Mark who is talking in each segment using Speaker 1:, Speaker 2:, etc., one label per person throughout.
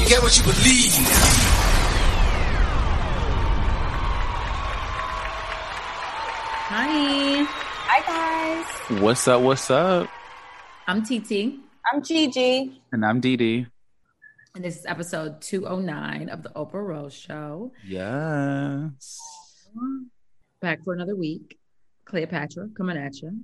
Speaker 1: You get what you believe.
Speaker 2: Hi,
Speaker 3: Hi guys,
Speaker 4: What's up? What's up?
Speaker 2: I'm TT,
Speaker 3: I'm Gigi.
Speaker 4: And I'm DD.
Speaker 2: and this is episode 209 of the Oprah Rose Show.
Speaker 4: Yes.
Speaker 2: Back for another week. Cleopatra coming at you.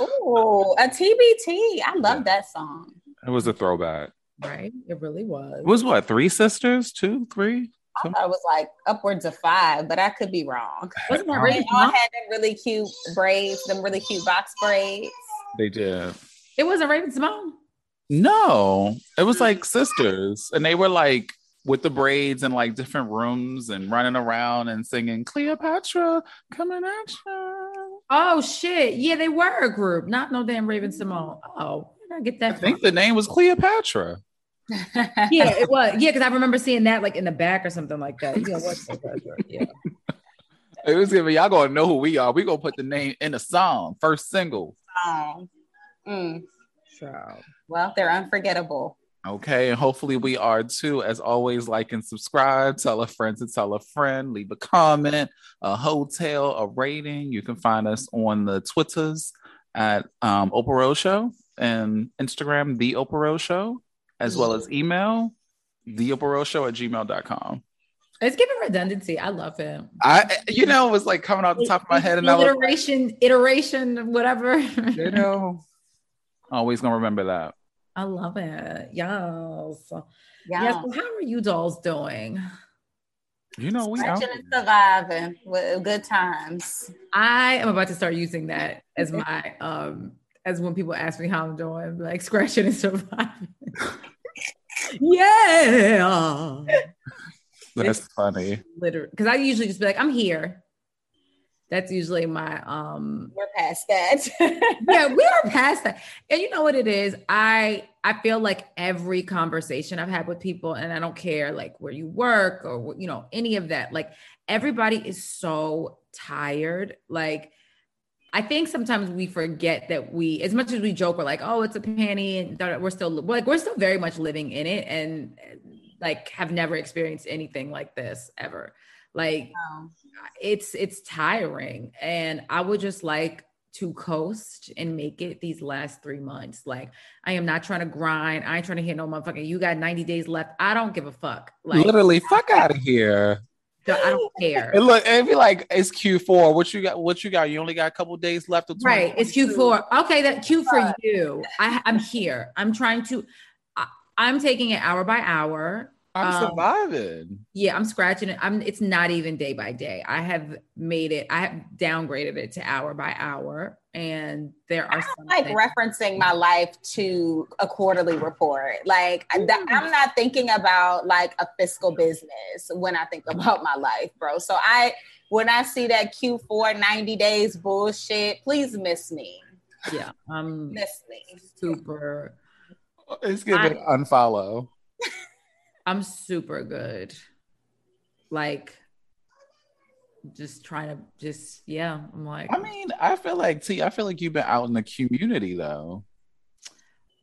Speaker 5: Ooh, a TBT. I love that song.
Speaker 4: It was a throwback.
Speaker 2: Right? It really was.
Speaker 4: It was what? Three sisters? Two? Three?
Speaker 5: I thought it was like upwards of five, but I could be wrong.
Speaker 2: Wasn't that
Speaker 5: They
Speaker 2: really
Speaker 5: all had them really cute braids, them really cute box braids.
Speaker 4: They did.
Speaker 2: It wasn't Raven Simone.
Speaker 4: No, it was like sisters. And they were like with the braids in like different rooms and running around and singing Cleopatra coming at you.
Speaker 2: Oh shit. Yeah, they were a group. Not no damn Raven Simone. Oh, where did I get
Speaker 4: I
Speaker 2: that from?
Speaker 4: think the name was Cleopatra.
Speaker 2: yeah, it was. Yeah, because I remember seeing that like in the back or something like that. Yeah, it was Cleopatra. Yeah.
Speaker 4: It was gonna be y'all gonna know who we are. We gonna put the name in the song, first single.
Speaker 5: Oh. Mm.
Speaker 2: So
Speaker 5: Well, they're unforgettable.
Speaker 4: Okay, and hopefully we are too. As always, like and subscribe, tell a friend to tell a friend, leave a comment, a hotel, a rating. You can find us on the Twitters at um, Oprah Rose Show and Instagram, The Oprah Rose Show, as well as email, The Oprah Rose Show at gmail.com.
Speaker 2: it's giving redundancy. I love him.
Speaker 4: I, you know, it was like coming off the top of my head, and I was,
Speaker 2: iteration, iteration, whatever.
Speaker 4: you know, always gonna remember that.
Speaker 2: I love it. Yes.
Speaker 5: Yeah.
Speaker 2: Yes. Well, how are you dolls doing?
Speaker 4: You know, we out.
Speaker 5: Stretching and surviving with good times.
Speaker 2: I am about to start using that as my um as when people ask me how I'm doing, like scratching and surviving. yeah.
Speaker 4: That's funny.
Speaker 2: Literally because I usually just be like, I'm here. That's usually my um
Speaker 5: We're past that.
Speaker 2: yeah, we are past that. And you know what it is? I I feel like every conversation I've had with people, and I don't care like where you work or you know any of that. Like everybody is so tired. Like I think sometimes we forget that we, as much as we joke, we're like, oh, it's a panty, and da- da- we're still like we're still very much living in it, and like have never experienced anything like this ever. Like
Speaker 5: Um,
Speaker 2: it's it's tiring and i would just like to coast and make it these last three months like i am not trying to grind i ain't trying to hit no motherfucker you got 90 days left i don't give a fuck like
Speaker 4: Literally, fuck out of here.
Speaker 2: so i don't care
Speaker 4: And look, it'd be like it's Q4. What you got? What you got? You only got a couple days left. Of
Speaker 2: right it's cute for okay that cute for you i i'm here i'm trying to I, i'm taking it hour by hour
Speaker 4: I'm
Speaker 2: um,
Speaker 4: surviving.
Speaker 2: yeah i'm scratching it i'm it's not even day by day i have made it i have downgraded it to hour by hour and there are some
Speaker 5: like
Speaker 2: things-
Speaker 5: referencing my life to a quarterly report. Like I- th- I'm not thinking about like a fiscal business when I think about my life, bro. So I when I see that Q4 90 days bullshit, please miss me.
Speaker 2: yeah um, i'm
Speaker 5: Miss me.
Speaker 2: super
Speaker 4: It's giving unfollow.
Speaker 2: i'm super good like just trying to just yeah i'm like
Speaker 4: I mean, I feel like T. I feel like you've been out in the community though.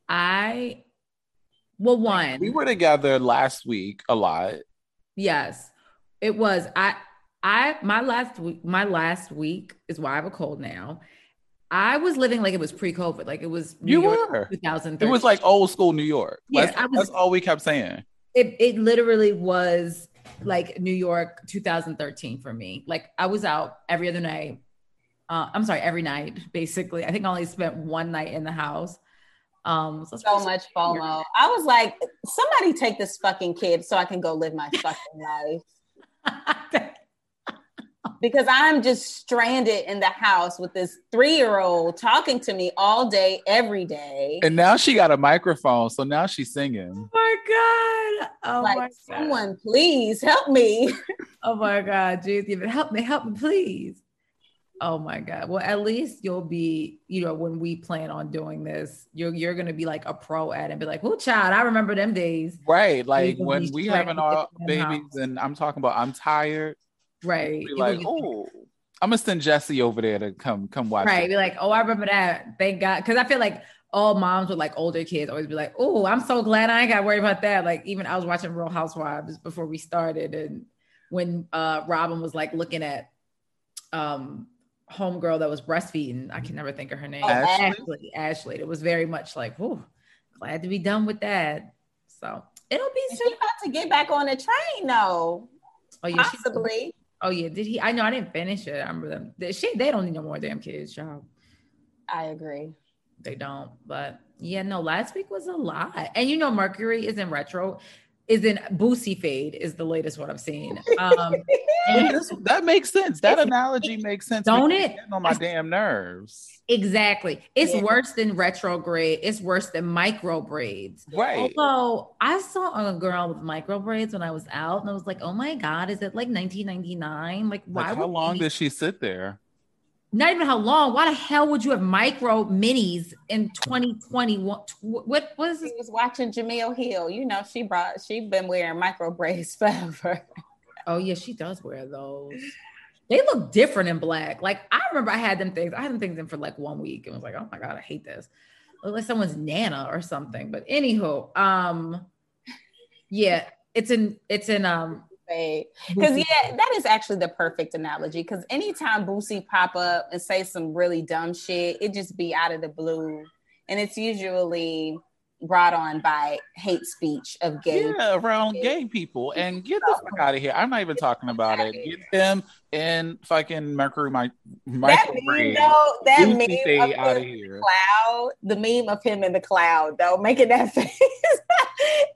Speaker 2: i well one
Speaker 4: We were together last week a lot.
Speaker 2: yes it was i i my last week my last week is why i have a cold now i was living like it was pre-covid like it was
Speaker 4: You
Speaker 2: York
Speaker 4: were.
Speaker 2: 2013
Speaker 4: It was like old school New York.
Speaker 2: Yeah,
Speaker 4: that's,
Speaker 2: I was-
Speaker 4: that's all we kept saying.
Speaker 2: it, it literally was like New York 2013 for me. Like I was out every other night. Uh, I'm sorry, every night basically. I think I only spent one night in the house. Um, so, it's
Speaker 5: So
Speaker 2: pretty-
Speaker 5: much FOMO. I was like, somebody take this fucking kid so I can go live my fucking life. because I'm just stranded in the house with this three year old talking to me all day, every day.
Speaker 4: And now she got a microphone, so now she's singing.
Speaker 2: Oh my god! Oh
Speaker 5: like,
Speaker 2: my god!
Speaker 5: someone, please help me.
Speaker 2: Oh my god, Jesus, even help me, help me, please. Oh my god. Well, at least you'll be, you know, when we plan on doing this, you're you're gonna be like a pro at it and be like, "Who child? I remember them days."
Speaker 4: Right. Like
Speaker 2: People
Speaker 4: when
Speaker 2: be
Speaker 4: we
Speaker 2: trying
Speaker 4: having
Speaker 2: to
Speaker 4: our
Speaker 2: get them out.
Speaker 4: babies and I'm talking about I'm tired.
Speaker 2: Right.
Speaker 4: Be
Speaker 2: You'll
Speaker 4: like,
Speaker 2: be-
Speaker 4: oh, I'm gonna send Jesse over there to come come watch.
Speaker 2: right.
Speaker 4: it.
Speaker 2: Be like, "Oh, I remember that. Thank God." Because I feel like all moms with like older kids always be like, "Oh, I'm so glad I ain't got to worry about that." Like even I was watching Real Housewives before we started, and when uh Robin was like looking at um homegirl that was breastfeeding, I can never think of her name.
Speaker 4: Ashley?
Speaker 2: Ashley. Ashley. It was very much like, "Whew, glad to be done with that." So it'll be
Speaker 5: She's
Speaker 2: soon.
Speaker 5: about to get back on the train, though.
Speaker 2: Oh yeah, she-
Speaker 5: Possibly.
Speaker 2: oh yeah. Did he? I know I didn't finish it. I remember them. They- She, they don't need no more damn kids, y'all.
Speaker 5: I agree.
Speaker 2: They don't. But yeah, no. Last week was a lot, and you know Mercury is in retro. Is in Boosie fade is the latest one I've seen. Um,
Speaker 4: And
Speaker 2: and
Speaker 4: this- that makes sense. That analogy makes sense.
Speaker 2: Don't
Speaker 4: because
Speaker 2: it?
Speaker 4: getting On my damn nerves.
Speaker 2: exactly, it's
Speaker 5: Yeah.
Speaker 2: worse than retrograde. It's worse than micro braids.
Speaker 4: Right.
Speaker 2: Although I saw a girl with micro braids when I was out, and I was like, "Oh my god, is it like 1999? Like, why?
Speaker 4: Like, how
Speaker 2: would
Speaker 4: long
Speaker 2: you-
Speaker 4: did she sit there?
Speaker 2: Not even how long? Why the hell would you have micro minis in 2020? What? What was
Speaker 5: She
Speaker 2: this?
Speaker 5: was watching Jamil Hill. You know, she brought she been wearing micro braids forever.
Speaker 2: Oh yeah, she does wear those. They look different in black. Like I remember I had them things. I had them things in for like one week and was like, oh my god, I hate this. Look like someone's nana or something. But anywho, um, yeah, it's in it's in um
Speaker 5: Because yeah, that is actually the perfect analogy. Because anytime Boosie pop up and say some really dumb shit, it just be out of the blue, and it's usually brought on by hate speech of gay.
Speaker 4: Yeah, around gay people. And get the fuck out of here. I'm not even talking about it. Get them in fucking Mercury my
Speaker 5: That
Speaker 4: micro
Speaker 5: meme,
Speaker 4: braids.
Speaker 5: though, that meme
Speaker 4: Lucy Fade
Speaker 5: of
Speaker 4: out of
Speaker 5: him
Speaker 4: here.
Speaker 5: cloud, the meme of him in the cloud, though, making that face,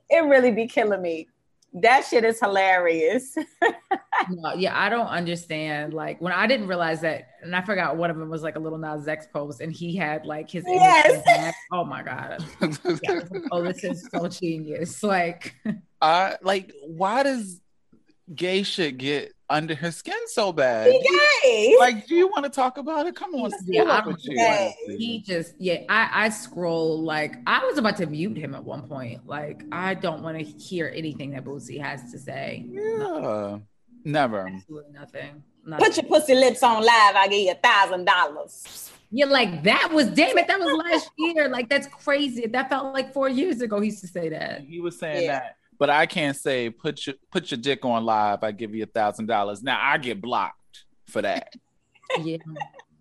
Speaker 5: it really be killing me. That shit is hilarious.
Speaker 2: No, yeah, I don't understand. Like when I didn't realize that, and I forgot one of them was like a little Nas X post, and he had like his image
Speaker 5: Yes.
Speaker 2: in black. Oh my god! Yeah. Oh, this is so genius. Like
Speaker 4: I like why does gay shit get under her skin so bad?
Speaker 5: Yay!
Speaker 4: Like, do you want to talk about it? Come on,
Speaker 2: Yeah,
Speaker 4: yeah,
Speaker 2: I
Speaker 4: up
Speaker 2: don't
Speaker 4: with you.
Speaker 5: think-
Speaker 2: he just yeah. I I scroll like I was about to mute him at one point. Like I don't want to hear anything that Boosie has to say.
Speaker 4: Yeah, never.
Speaker 2: Absolutely nothing.
Speaker 5: Put
Speaker 2: nothing.
Speaker 5: your pussy lips on live. I give you a thousand dollars.
Speaker 2: Yeah, like that was damn it. That was last year. Like that's crazy. That felt like four years ago. He used to say that.
Speaker 4: He was saying
Speaker 5: Yeah.
Speaker 4: that, but I can't say put your put your dick on live. I give you a thousand dollars. Now I get blocked for that.
Speaker 2: Yeah.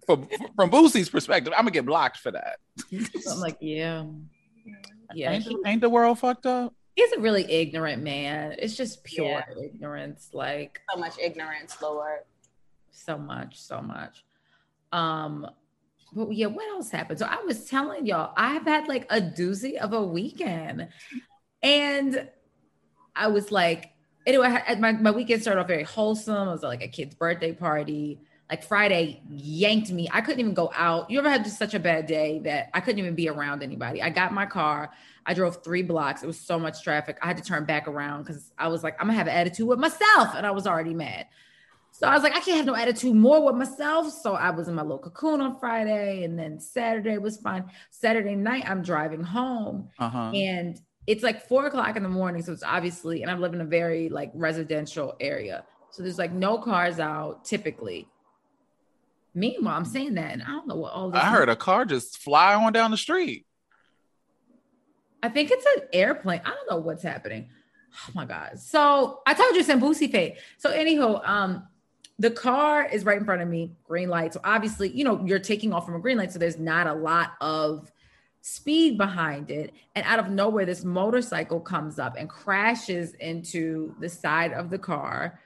Speaker 4: From from Boosie's perspective, I'm gonna get blocked for that.
Speaker 2: So I'm like, yeah. Yeah.
Speaker 4: ain't,
Speaker 2: He,
Speaker 4: the, ain't the world fucked up?
Speaker 2: he's a really ignorant man. It's just pure ignorance. Like
Speaker 5: So much ignorance, Lord.
Speaker 2: so much, so much. Um, but yeah, what else happened? So I was telling y'all, I've had like a doozy of a weekend. And I was like, anyway, I had- my, my weekend started off very wholesome. It was like a kid's birthday party. Like Friday yanked me. I couldn't even go out. You ever had just such a bad day that I couldn't even be around anybody? I got in my car. I drove three blocks. It was so much traffic. I had to turn back around because I was like, I'm gonna have an attitude with myself. And I was already mad. So I was like, I can't have no attitude more with myself. So I was in my little cocoon on Friday. And then Saturday was fine. Saturday night, I'm driving home
Speaker 4: Uh huh.
Speaker 2: and it's like four o'clock in the morning so it's obviously and i live in a very like residential area so there's like no cars out typically meanwhile i'm saying that and i don't know what all this
Speaker 4: I heard a car just fly on down the street.
Speaker 2: i think it's an airplane i don't know what's happening oh my god so i told you it's in Boosie Pay. so anyhow um the car is right in front of me green light so obviously you know you're taking off from a green light so there's not a lot of speed behind it and out of nowhere this motorcycle comes up and crashes into the side of the car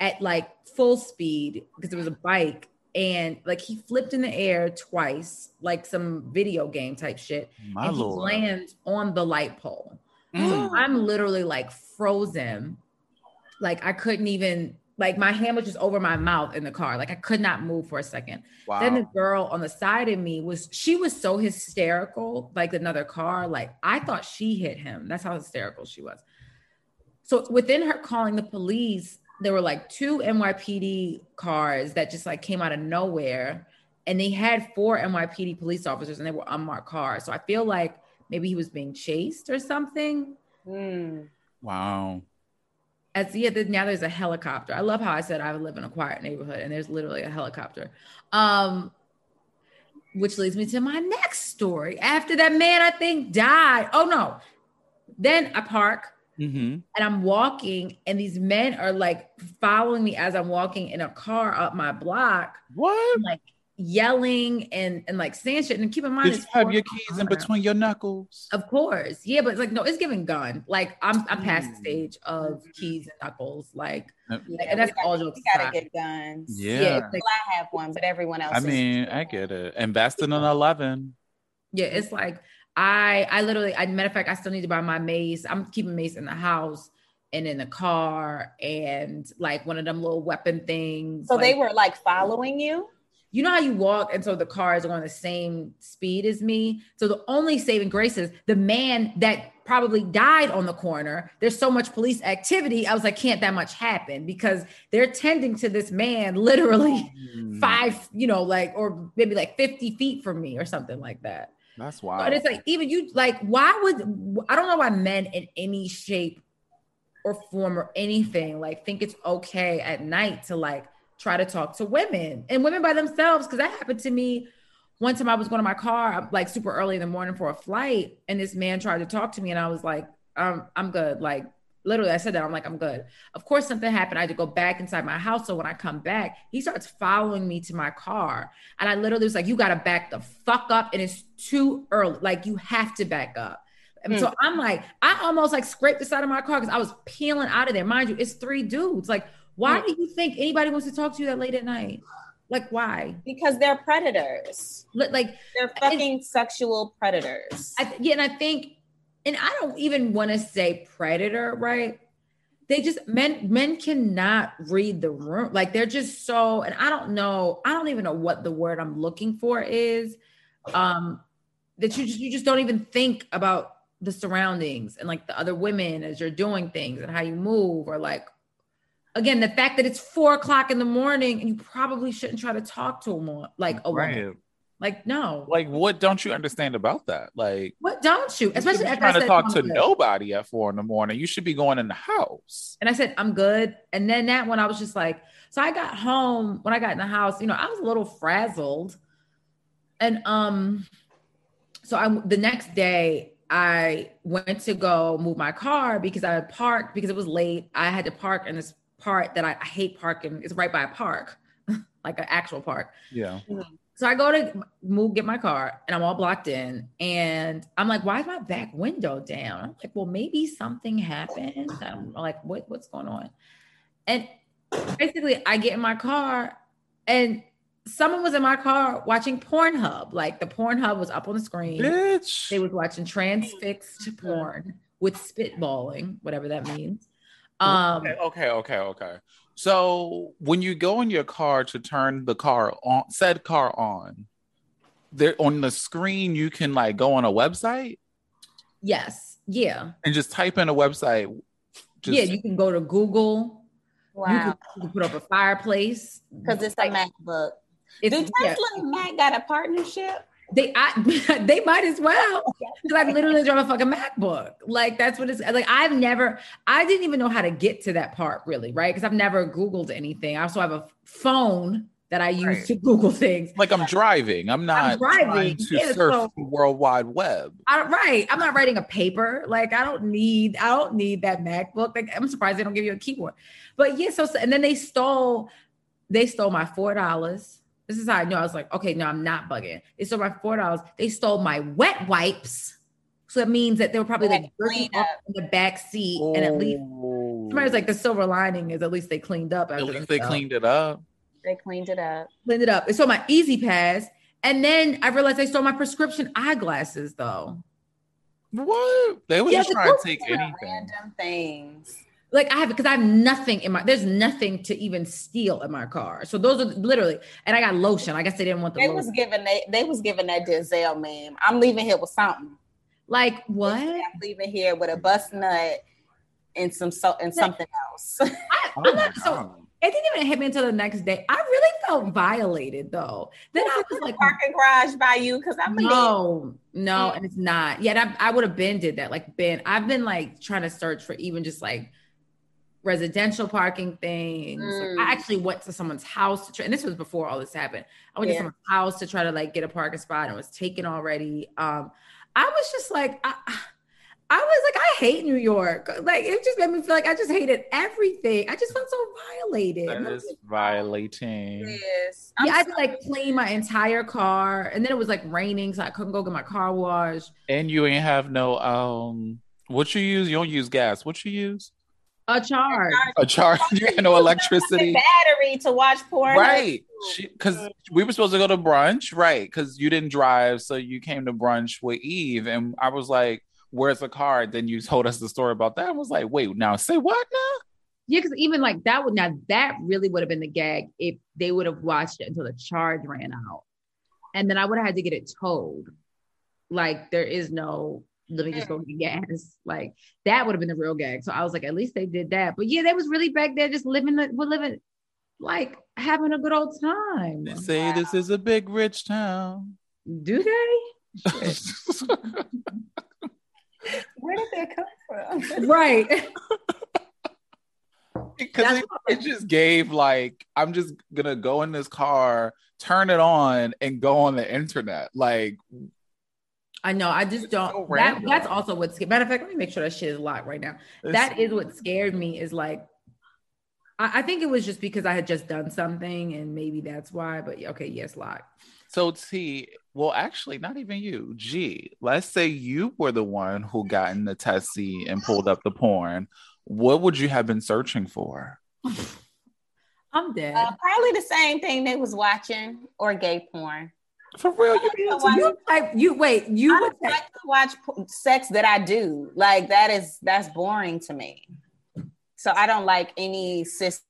Speaker 2: at like full speed because it was a bike and like he flipped in the air twice like some video game type shit
Speaker 4: My
Speaker 2: and
Speaker 4: lord.
Speaker 2: he lands on the light pole
Speaker 4: Mm.
Speaker 2: I'm literally like frozen. Like I couldn't even like my hand was just over my mouth in the car. Like I could not move for a second.
Speaker 4: Wow.
Speaker 2: Then the girl on the side of me was she was so hysterical, like another car. Like I thought she hit him. That's how hysterical she was. So within her calling the police, there were like two NYPD cars that just like came out of nowhere. And they had four NYPD police officers and they were unmarked cars. So I feel like maybe he was being chased or something.
Speaker 5: Mm.
Speaker 4: wow.
Speaker 2: As yeah, there- now there's a helicopter. I love how I said I live in a quiet neighborhood and there's literally a helicopter. Um, which leads me to my next story. After that man, I think, died. Oh no. Then I park
Speaker 4: Mm-hmm.
Speaker 2: and I'm walking, and these men are like following me as I'm walking in a car up my block,
Speaker 4: What?
Speaker 2: like yelling and and like saying shit. And keep in mind,
Speaker 4: Did you
Speaker 2: it's
Speaker 4: have
Speaker 2: four
Speaker 4: your
Speaker 2: miles
Speaker 4: keys
Speaker 2: an
Speaker 4: in
Speaker 2: hour.
Speaker 4: between your knuckles?
Speaker 2: Of course, yeah, but it's like no, it's giving gun. Like I'm I'm past
Speaker 4: Mm.
Speaker 2: the stage of keys and knuckles. Like,
Speaker 5: Yeah,
Speaker 2: and that's
Speaker 5: we gotta-
Speaker 2: all jokes
Speaker 5: We gotta
Speaker 2: aside.
Speaker 5: get guns.
Speaker 4: Yeah.
Speaker 2: it's like,
Speaker 5: Well, I have one, but everyone else.
Speaker 4: I
Speaker 5: is-
Speaker 4: mean, I get it. Invested in 11.
Speaker 2: yeah, it's like I I literally. I, matter of fact, I still need to buy my mace. I'm keeping mace in the house and in the car and like one of them little weapon things.
Speaker 5: So they
Speaker 2: like-
Speaker 5: were like following you.
Speaker 2: you know how you walk and so the cars are going the same speed as me so the only saving grace is the man that probably died on the corner there's so much police activity i was like can't that much happen because they're tending to this man literally
Speaker 4: Hmm. Mm.
Speaker 2: five you know like or maybe like 50 feet from me or something like that
Speaker 4: That's wild.
Speaker 2: but it's like even you like why would I don't know why men in any shape or form or anything like think it's okay at night to like try to talk to women and women by themselves because that happened to me one time I was going to my car like super early in the morning for a flight and this man tried to talk to me and I was like um I'm good like literally I said that I'm like I'm good of course something happened I had to go back inside my house so when I come back he starts following me to my car and I literally was like, you gotta back the fuck up. And it's too early. Like you have to back up. And so I'm like, I almost like scraped the side of my car because I was peeling out of there. Mind you, it's three dudes. Like, why do you think anybody wants to talk to you that late at night? Like, why?
Speaker 5: Because they're predators.
Speaker 2: Li- Like,
Speaker 5: They're fucking sexual predators.
Speaker 2: I th- yeah, and I think, and I don't even want to say predator, right? They just men men cannot read the room. Like they're just so, and I don't know, I don't even know what the word I'm looking for is. Um, that you just you just don't even think about the surroundings and like the other women as you're doing things and how you move or like again the fact that it's four o'clock in the morning and you probably shouldn't try to talk to a woman like a woman
Speaker 4: right.
Speaker 2: like no
Speaker 4: Like, what don't you understand about that? Like,
Speaker 2: what don't you?
Speaker 4: you should
Speaker 2: Especially
Speaker 4: be
Speaker 2: after I
Speaker 4: trying to
Speaker 2: said,
Speaker 4: talk
Speaker 2: "I'm
Speaker 4: to
Speaker 2: good."
Speaker 4: nobody at four in the morning. You should be going in the house.
Speaker 2: And I said, I'm good. And then that one, I was just like, so I got home when I got in the house, you know, I was a little frazzled. And um, so I the next day I went to go move my car because I had parked because it was late. I had to park in this part that I, I hate parking. It's right by a park, like an actual park.
Speaker 4: Yeah.
Speaker 2: So I go to move, get my car, and I'm all blocked in. And I'm like, why is my back window down? I'm like, well, maybe something happened. I'm like, what, what's going on? And basically, I get in my car, and someone was in my car watching Pornhub. Like the Pornhub was up on the screen.
Speaker 4: Bitch.
Speaker 2: They was watching transfixed porn with spitballing, whatever that means. Um,
Speaker 4: Okay, okay, okay, okay. So when you go in your car to turn the car on, said car on, there on the screen you can like go on a website
Speaker 2: yes, yeah,
Speaker 4: and just type in a website. Just,
Speaker 2: yeah. You can go to Google. You
Speaker 5: wow.
Speaker 2: can- You can put up a fireplace.
Speaker 5: Because it's a MacBook.
Speaker 2: It's-
Speaker 5: Do
Speaker 2: yeah,
Speaker 5: Tesla and Mac got a partnership?
Speaker 2: they I, they might as well. Because I literally drive a fucking MacBook. Like that's what it's like. I've never, I didn't even know how to get to that part really, right? Because I've never Googled anything. I also have a phone that I use
Speaker 4: Right.
Speaker 2: to Google things.
Speaker 4: like I'm driving. I'm not
Speaker 2: driving,
Speaker 4: trying to
Speaker 2: yeah,
Speaker 4: surf
Speaker 2: so-
Speaker 4: the World Wide Web.
Speaker 2: I don't right. I'm not writing a paper. Like I don't need I don't need that MacBook. Like I'm surprised they don't give you a keyboard. But yeah, so so- and then they stole they stole my four dollars. This is how I know I was like, okay, no, I'm not bugging. They stole my four dollars. They stole my wet wipes. So it means that they were probably
Speaker 5: They had
Speaker 2: like jerking
Speaker 5: clean up.
Speaker 2: off in the back seat and at least
Speaker 4: Ooh.
Speaker 2: somebody was like the silver lining is at least they cleaned up.
Speaker 4: Oh. at
Speaker 2: after
Speaker 4: least they
Speaker 2: themselves
Speaker 4: cleaned it up.
Speaker 5: They cleaned it up.
Speaker 2: cleaned it up. They stole my Easy Pass, and then I realized they stole my prescription eyeglasses. Though
Speaker 4: What? They was
Speaker 2: Yeah,
Speaker 4: just
Speaker 2: the
Speaker 4: trying to
Speaker 2: Google
Speaker 4: take
Speaker 5: You know,
Speaker 4: anything.
Speaker 5: Random things.
Speaker 2: Like I have because I have nothing in my there's nothing to even steal in my car. So those are literally and I got lotion. I guess they didn't want the
Speaker 5: They
Speaker 2: lotion.
Speaker 5: was giving they, they was giving that Denzel meme. I'm leaving here with something.
Speaker 2: like what?
Speaker 5: I'm leaving here with a bust nut and some so and something else.
Speaker 4: Oh
Speaker 2: I'm
Speaker 4: my
Speaker 2: not- so-
Speaker 4: God.
Speaker 2: It didn't even hit me until the next day. I really felt violated though. Then I was like,
Speaker 5: Parking garage by you because I'm gonna leave.
Speaker 2: no, no, and it's not. Yet I, I would have been did that. Like been, I've been like trying to search for even just like residential parking things. Like,
Speaker 5: Mm.
Speaker 2: I actually went to someone's house to try, and this was before all this happened. I went to
Speaker 5: Yeah.
Speaker 2: someone's house to try to like get a parking spot and it was taken already. Um, I was just like, I, I was like, I hate New York. Like it just made me feel like I just hated everything. I just felt so violated. And I
Speaker 4: That
Speaker 2: was
Speaker 4: is violating.
Speaker 5: Yes. I'm
Speaker 2: yeah, I had
Speaker 5: sorry.
Speaker 2: to like clean my entire car, and then it was like raining, so I couldn't go get my car washed.
Speaker 4: And you ain't have no um what you use? You don't use gas. What you use?
Speaker 2: A charge.
Speaker 4: A charge. You had no electricity.
Speaker 5: battery to watch porn.
Speaker 4: Right. Because we were supposed to go to brunch. Right. Because you didn't drive. So you came to brunch with Eve. And I was like, where's the car? Then you told us the story about that. I was like, wait, now say what now?
Speaker 2: Yeah, because even like that would now that really would have been the gag if they would have watched it until the charge ran out, and then I would have had to get it towed. Like there is no let me just go get gas. Like that would have been the real gag. So I was like, at least they did that. But yeah, they was really back there just living the we're living like having a good old time.
Speaker 4: They say this is a big rich town.
Speaker 2: Do they?
Speaker 5: Where did that come from?
Speaker 2: Right.
Speaker 4: because it, it just gave like i'm just gonna go in this car turn it on and go on the internet like
Speaker 2: I know. I just don't.
Speaker 4: so
Speaker 2: that,
Speaker 4: random.
Speaker 2: that's also what's matter of fact. Let me make sure that shit is locked right now.
Speaker 4: it's-
Speaker 2: that is what scared me. Is like, I, I think it was just because I had just done something, and maybe that's why. But yeah, okay, yes, locked.
Speaker 4: so t well actually not even you g let's say you were the one who got in the tessie and pulled up the porn what would you have been searching for
Speaker 2: I'm dead.
Speaker 5: Uh, probably the same thing they was watching or gay porn.
Speaker 4: for real you
Speaker 5: I
Speaker 4: did
Speaker 5: don't like,
Speaker 2: you type. You wait. You
Speaker 5: I
Speaker 2: would
Speaker 5: don't
Speaker 2: type.
Speaker 5: like to watch po- sex that I do. Like that is that's boring to me. So I don't like any sister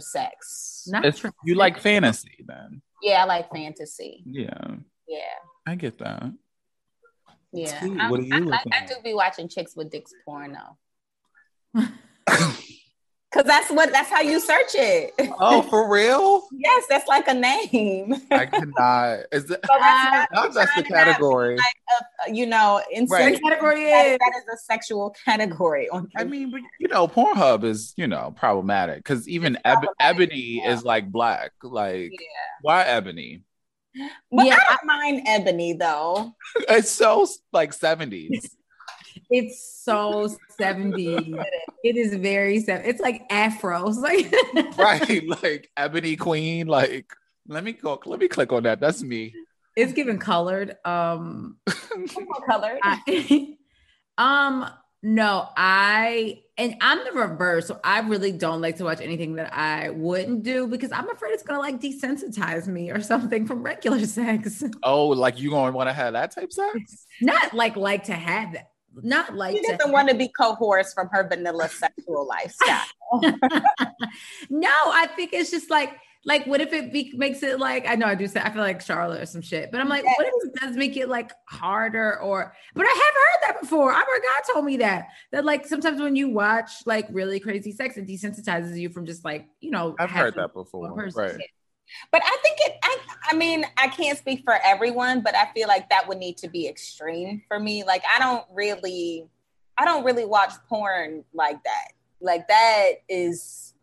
Speaker 5: sex.
Speaker 2: Not
Speaker 4: It's-
Speaker 2: trans-
Speaker 4: you like fantasy then
Speaker 5: Yeah, I like fantasy.
Speaker 4: yeah
Speaker 5: Yeah,
Speaker 4: i get that
Speaker 5: yeah.
Speaker 4: T,
Speaker 5: I'm-
Speaker 4: what are you
Speaker 5: I,
Speaker 4: looking
Speaker 5: I, I
Speaker 4: at?
Speaker 5: do be watching chicks with dicks porn though. Cause that's what that's how you search it.
Speaker 4: oh for real
Speaker 5: yes, that's like a name.
Speaker 4: i cannot is that
Speaker 5: So that's not-
Speaker 4: now that's the
Speaker 5: trying to not be
Speaker 4: category
Speaker 5: you know, in
Speaker 4: Right.
Speaker 5: right.
Speaker 2: category
Speaker 5: that,
Speaker 2: is.
Speaker 5: that is a sexual category. On
Speaker 4: I mean, but you know, Pornhub is you know problematic because even Eb- Ebony is like black. Like,
Speaker 5: Yeah.
Speaker 4: why Ebony?
Speaker 5: but
Speaker 2: Yeah,
Speaker 5: I don't mind Ebony though.
Speaker 4: It's so like seventies.
Speaker 2: It's so seventy. it is very seven. It's like afro. It's like
Speaker 4: right, like Ebony Queen. Like, let me go. Let me click on that. That's me.
Speaker 2: it's given colored. Um.
Speaker 5: What color?
Speaker 2: I, um no i and i'm the reverse so i really don't like to watch anything that i wouldn't do because i'm afraid it's gonna like desensitize me or something from regular sex
Speaker 4: Oh, like you gonna want to have that type sex?
Speaker 2: not like like to have that not like
Speaker 5: She
Speaker 2: to
Speaker 5: doesn't want to be coerced from her vanilla sexual lifestyle.
Speaker 2: no i think it's just like like what if it be, makes it like i know i do say i feel like charlotte or some shit but i'm like what if it does make it like harder or but i have heard that before i heard god told me that that like sometimes when you watch like really crazy sex it desensitizes you from just like you know
Speaker 4: I've heard
Speaker 2: having
Speaker 4: that
Speaker 2: one
Speaker 4: before.
Speaker 2: person.
Speaker 4: Right.
Speaker 5: But I think it. I, I mean, I can't speak for everyone, but I feel like that would need to be extreme for me. Like I don't really, I don't really watch porn like that. Like that is,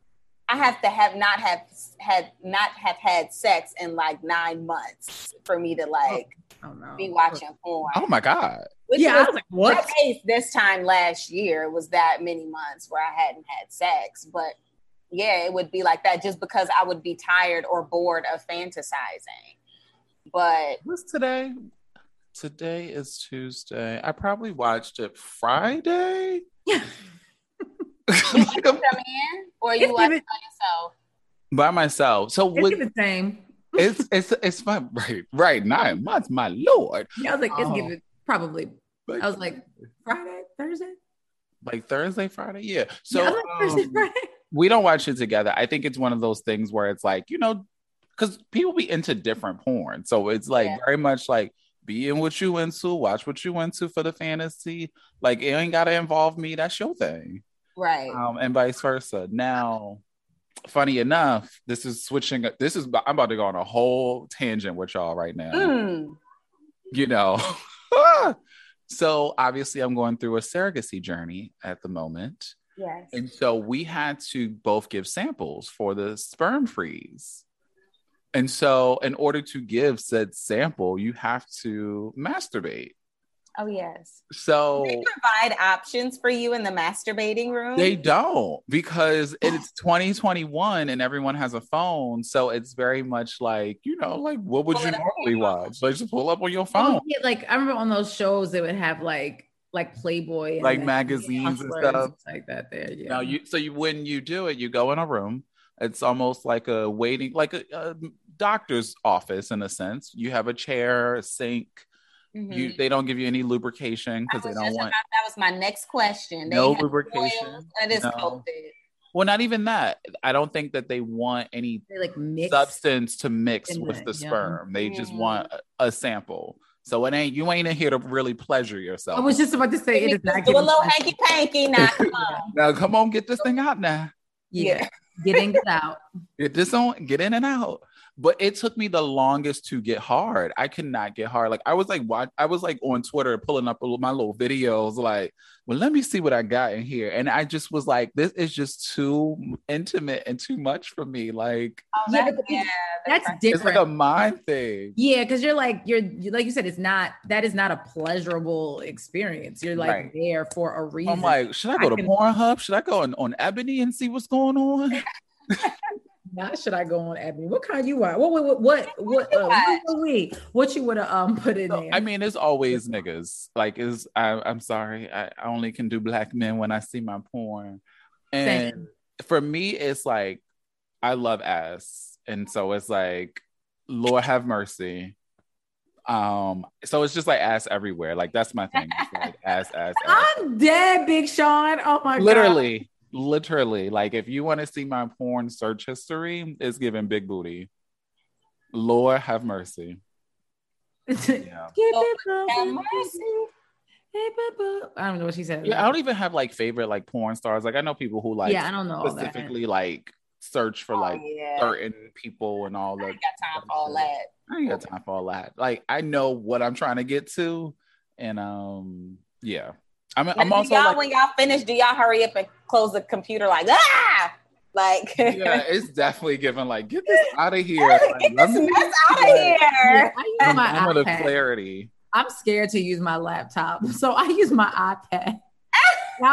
Speaker 5: I have to have not have had not have had sex in like nine months for me to like
Speaker 2: i don't know
Speaker 5: be watching porn.
Speaker 4: Oh my god.
Speaker 5: Which
Speaker 2: Oh, yeah i
Speaker 5: was
Speaker 2: was like
Speaker 5: the
Speaker 2: what
Speaker 5: case this time last year was that many months where I hadn't had sex, but yeah, it would be like that just because I would be tired or bored of fantasizing. But
Speaker 4: What's today? Today is Tuesday. I probably watched it Friday.
Speaker 2: Yeah.
Speaker 5: you watch them in or you
Speaker 2: It's
Speaker 5: watch
Speaker 2: even-
Speaker 5: it by
Speaker 4: by myself. So
Speaker 2: it's
Speaker 4: with
Speaker 2: the same
Speaker 4: it's it's it's fun. Right, right. Nine months, my lord.
Speaker 2: i was like it's
Speaker 4: Oh.
Speaker 2: given probably
Speaker 4: But-
Speaker 2: i was like friday thursday
Speaker 4: like Thursday, Friday. Yeah. So um, we don't watch it together. I think it's one of those things where it's like, you know, because people be into different porn. So it's like
Speaker 5: Yeah.
Speaker 4: very much like be in what you into, watch what you into for the fantasy. Like it ain't gotta involve me. That's your thing.
Speaker 5: Right.
Speaker 4: Um, and vice versa. Now, funny enough, this is switching this is I'm about to go on a whole tangent with y'all right now
Speaker 5: Mm.
Speaker 4: you know. so obviously, I'm going through a surrogacy journey at the moment.
Speaker 5: Yes.
Speaker 4: And so we had to both give samples for the sperm freeze. And so, in order to give said sample, you have to masturbate.
Speaker 5: Oh yes.
Speaker 4: So
Speaker 5: They provide options for you in the masturbating room.
Speaker 4: they don't because it's 2021 and everyone has a phone. So it's very much like, you know, like what would
Speaker 5: Pull
Speaker 4: you
Speaker 5: it up on
Speaker 4: normally
Speaker 5: your phone.
Speaker 4: watch? Like just pull up on your
Speaker 2: Oh,
Speaker 4: phone.
Speaker 2: yeah, like I remember on those shows they would have like like Playboy, and
Speaker 4: Like
Speaker 2: then
Speaker 4: magazines and
Speaker 2: Hustler and
Speaker 4: stuff.
Speaker 2: like that. There, yeah.
Speaker 4: Now you so you when you do it, you go in a room. It's almost like a waiting, like a, a doctor's office in a sense. You have a chair, a sink.
Speaker 5: Mhm.
Speaker 2: Mm-hmm.
Speaker 4: You they don't give you any lubrication
Speaker 5: I
Speaker 4: because they
Speaker 5: was
Speaker 4: don't
Speaker 5: just
Speaker 4: want
Speaker 5: about- that was my next question. They
Speaker 4: no
Speaker 5: have oils.
Speaker 4: lubrication.
Speaker 5: That is
Speaker 4: No.
Speaker 5: COVID.
Speaker 4: Well, not even that. I don't think that they want any
Speaker 2: they like mix.
Speaker 4: substance to mix
Speaker 2: In
Speaker 4: with
Speaker 2: it,
Speaker 4: the
Speaker 2: yeah. Mm-hmm.
Speaker 4: sperm. They just
Speaker 5: Mm.
Speaker 4: want a, a sample. So it ain't you ain't in here to really pleasure yourself.
Speaker 2: I was just about to say it is not
Speaker 5: Do a
Speaker 2: getting-
Speaker 5: little hanky panky now. Come on.
Speaker 4: now come on, get this thing out now.
Speaker 2: yeah, getting it out.
Speaker 4: Get this on, get in and out. But it took me the longest to get hard. I could not get hard. Like I was like, watch, I was like on Twitter pulling up all my little videos. Like, well, let me see what I got in here. And I just was like, this is just too intimate and too much for me. Like
Speaker 5: Oh,
Speaker 2: Yeah,
Speaker 5: that-
Speaker 2: but the-
Speaker 5: yeah,
Speaker 2: That's
Speaker 4: it's
Speaker 2: different.
Speaker 4: like a mind thing.
Speaker 2: yeah, because you're like you're like you said, it's not that is not a pleasurable experience. You're like
Speaker 4: Right. Oh
Speaker 2: there for a reason.
Speaker 4: I'm like, should I go
Speaker 2: I
Speaker 4: to
Speaker 2: can-
Speaker 4: Pornhub? Should I go on, on Ebony and see what's going on?
Speaker 2: Now should I go on Ebony? What kind you are? What what what what what, uh,
Speaker 5: What?
Speaker 2: what, what, we- what you would have um put in
Speaker 4: So,
Speaker 2: there?
Speaker 4: I mean, it's always niggas. Like, is I, I'm sorry, I, I only can do black men when I see my porn. And
Speaker 2: Same.
Speaker 4: for me, it's like I love ass, and so it's like, Lord have mercy. Um, so it's just like ass everywhere. Like that's my thing. It's like ass, ass, ass.
Speaker 2: I'm dead, Big Sean. Oh my god.
Speaker 4: literally, literally. Like if you want to see my porn search history, it's giving big booty. Lord have mercy.
Speaker 2: Literally.
Speaker 4: Yeah.
Speaker 5: have mercy.
Speaker 2: I don't know what she said.
Speaker 4: Yeah, I don't even have like favorite like porn stars. Like I know people who like
Speaker 2: yeah, I don't know all that.
Speaker 4: specifically like search for like
Speaker 5: Oh, yeah.
Speaker 4: certain people and all
Speaker 5: I
Speaker 4: that.
Speaker 5: ain't got time for all that.
Speaker 4: I ain't got time for all that. Like I know what I'm trying to get to, and um, yeah. I mean, I'm
Speaker 5: Now, do
Speaker 4: also
Speaker 5: y'all
Speaker 4: like,
Speaker 5: when y'all finish, do y'all hurry up and close the computer like ah, like
Speaker 4: yeah, it's definitely given like get this out of here. Like,
Speaker 5: get
Speaker 4: let
Speaker 5: this
Speaker 4: me
Speaker 5: mess out of
Speaker 4: Yeah.
Speaker 2: Yeah,
Speaker 5: here.
Speaker 2: I
Speaker 4: get
Speaker 2: use
Speaker 4: some
Speaker 2: my
Speaker 4: moment of
Speaker 2: iPad.
Speaker 4: clarity.
Speaker 2: I'm scared to use my laptop, so I use my iPad. I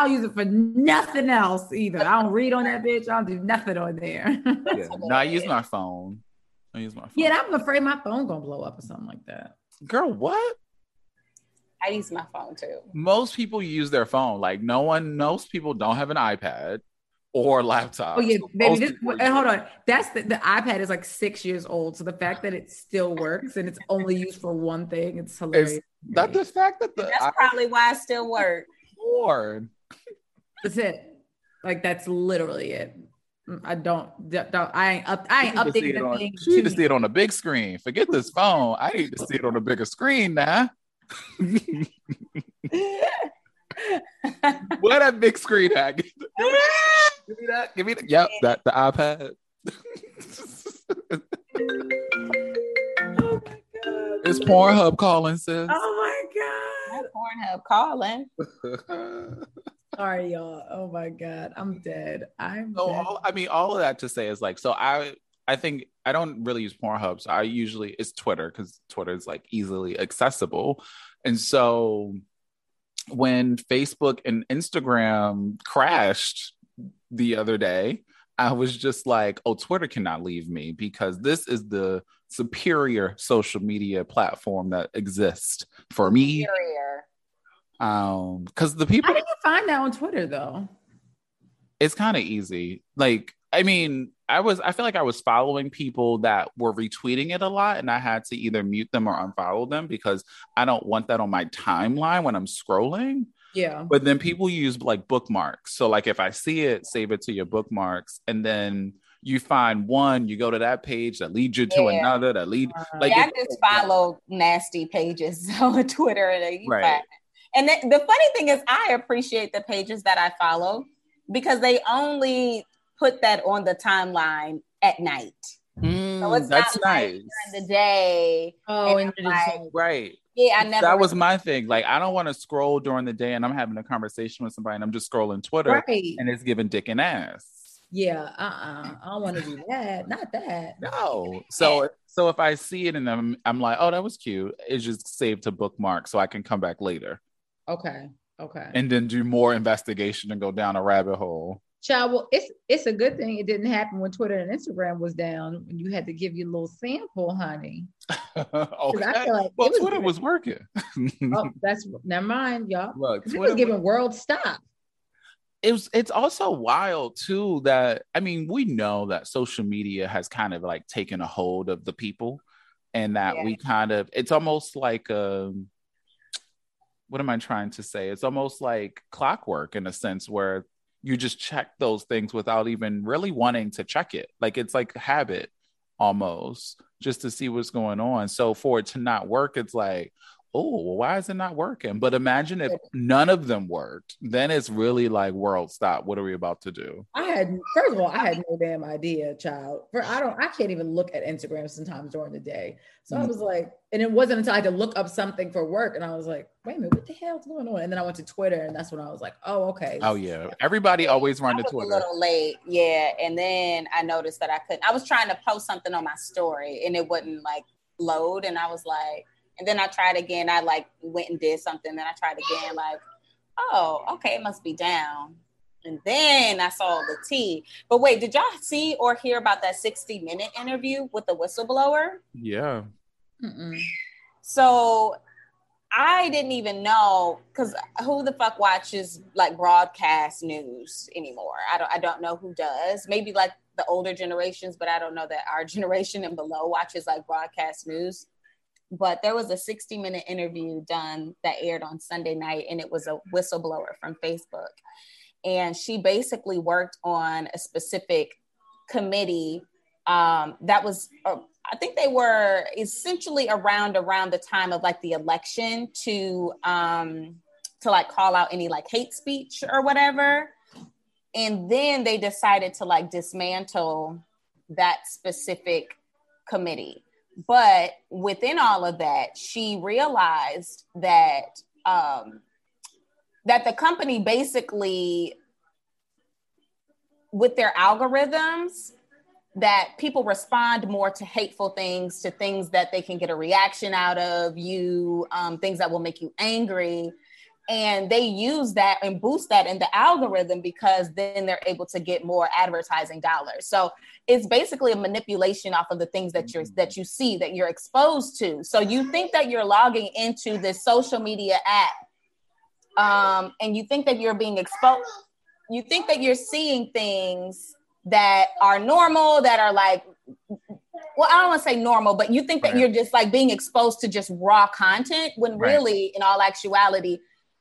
Speaker 2: don't use it for nothing else either. I don't read on that bitch. I don't do nothing on there.
Speaker 4: Yeah. No, I use my phone. I use my phone.
Speaker 2: yeah, I'm afraid my phone gonna blow up or something like that.
Speaker 4: girl, what?
Speaker 5: I use my phone too.
Speaker 4: most people use their phone. Like no one, most people don't have an iPad or laptop.
Speaker 2: Oh yeah,
Speaker 4: Uh, So
Speaker 2: baby.
Speaker 4: most
Speaker 2: This,
Speaker 4: people
Speaker 2: wait,
Speaker 4: use-
Speaker 2: hold on. That's the, the iPad is like six years old, so the fact that it still works and it's only used for one thing, it's hilarious.
Speaker 4: That the fact that the
Speaker 5: That's probably why I still work.
Speaker 4: iPad,
Speaker 2: That's it. Like that's literally it. Mm, I don't. d- don't I ain't up. I ain't
Speaker 4: she need to see
Speaker 2: updating
Speaker 4: it
Speaker 2: the
Speaker 4: on-
Speaker 2: thing.
Speaker 4: she need to
Speaker 2: to-
Speaker 4: see it on a big screen. Forget this phone. I need to see it on a bigger screen now. what a big screen hack. Give me that. Give me that. Yep, that the iPad.
Speaker 2: Oh my god.
Speaker 4: it's Pornhub calling, sis.
Speaker 2: Oh my
Speaker 5: Pornhub calling.
Speaker 2: Uh-huh. god. Sorry, y'all. Oh my god. I'm dead. I'm
Speaker 4: So
Speaker 2: dead.
Speaker 4: all I mean, all of that to say is like, so I I think I don't really use Pornhub. So I usually it's Twitter because Twitter is like easily accessible, and so when Facebook and Instagram crashed the other day, I was just like, oh, Twitter cannot leave me because this is the superior social media platform that exists for me.
Speaker 5: Superior.
Speaker 4: Um, because the people
Speaker 2: How did you find that on Twitter though?
Speaker 4: it's kind of easy. Like, I mean, I was, I feel like I was following people that were retweeting it a lot, and I had to either mute them or unfollow them because I don't want that on my timeline when I'm scrolling.
Speaker 2: Yeah.
Speaker 4: But then people use like bookmarks. So like if I see it, save it to your bookmarks, and then you find one, you go to that page that leads you to
Speaker 5: Yeah. Uh-huh.
Speaker 4: another that lead. Like
Speaker 5: yeah,
Speaker 4: it-
Speaker 5: I just follow nasty pages on Twitter and you
Speaker 4: Right.
Speaker 5: find it. And the, the funny thing is, I appreciate the pages that I follow because they only put that on the timeline at night.
Speaker 4: Mm,
Speaker 5: So it's
Speaker 4: that's
Speaker 5: not like
Speaker 4: nice.
Speaker 5: During the day,
Speaker 2: Oh,
Speaker 5: and
Speaker 2: and
Speaker 5: I'm like,
Speaker 4: Right.
Speaker 5: yeah, I never.
Speaker 4: that was my thing. Like I don't want to scroll during the day, and I'm having a conversation with somebody, and I'm just scrolling Twitter,
Speaker 2: right.
Speaker 4: and it's giving dick and ass.
Speaker 2: Yeah. Uh. uh I don't want to do that. Not that.
Speaker 4: No. So so if I see it and I'm I'm like, oh, that was cute. It's just saved to bookmark so I can come back later
Speaker 2: Okay. Okay.
Speaker 4: and then do more investigation and go down a rabbit hole.
Speaker 2: Child, well, it's it's a good thing it didn't happen when Twitter and Instagram was down. When you had to give your little sample, honey.
Speaker 4: okay.
Speaker 2: 'Cause I feel like
Speaker 4: well,
Speaker 2: it was
Speaker 4: Twitter
Speaker 2: giving-
Speaker 4: was working.
Speaker 2: Oh, that's never mind, y'all.
Speaker 4: Look,
Speaker 2: 'Cause It was
Speaker 4: Twitter
Speaker 2: giving world stop.
Speaker 4: it was, it's also wild too that I mean, we know that social media has kind of like taken a hold of the people and that
Speaker 5: Yeah.
Speaker 4: we kind of it's almost like um what am I trying to say? It's almost like clockwork in a sense where you just check those things without even really wanting to check it. Like it's like habit almost just to see what's going on. So for it to not work, it's like, oh, well, why is it not working? But imagine if none of them worked, then it's really like world stop. What are we about to do?
Speaker 2: I had first of all, I had no damn idea, child. For I don't, I can't even look at Instagram sometimes during the day. So
Speaker 5: Mm.
Speaker 2: I was like, and it wasn't until I had to look up something for work, and I was like, wait a minute, what the hell's going on? And then I went to Twitter, and that's when I was like, oh, okay.
Speaker 4: Oh yeah. Everybody always run
Speaker 5: I
Speaker 4: to
Speaker 5: was a
Speaker 4: Twitter.
Speaker 5: little late, yeah. And then I noticed that I couldn't. I was trying to post something on my story, and it wouldn't like load. And I was like, and then I tried again. I like went and did something. Then I tried again. Like, oh, okay, it must be down. And then I saw the T. But wait, did y'all see or hear about that sixty-minute interview with the whistleblower?
Speaker 4: Yeah.
Speaker 2: Mm-mm.
Speaker 5: So I didn't even know because who the fuck watches like broadcast news anymore? I don't I don't know who does. Maybe like the older generations, but I don't know that our generation and below watches like broadcast news. But there was a 60 minute interview done that aired on Sunday night, and it was a whistleblower from Facebook. And she basically worked on a specific committee um, that was uh, I think they were essentially around around the time of like the election to um to like call out any like hate speech or whatever. And then they decided to like dismantle that specific committee. But within all of that, she realized that um that the company basically with their algorithms that people respond more to hateful things, to things that they can get a reaction out of you, um, things that will make you angry. And they use that and boost that in the algorithm because then they're able to get more advertising dollars. So it's basically a manipulation off of the things that you're that you see that you're exposed to. So you think that you're logging into this social media app, um, and you think that you're being exposed. You think that you're seeing things that are normal, that are like, well, I don't want to say normal, but you think that
Speaker 4: Right.
Speaker 5: you're just like being exposed to just raw content when
Speaker 4: Right.
Speaker 5: really, in all actuality,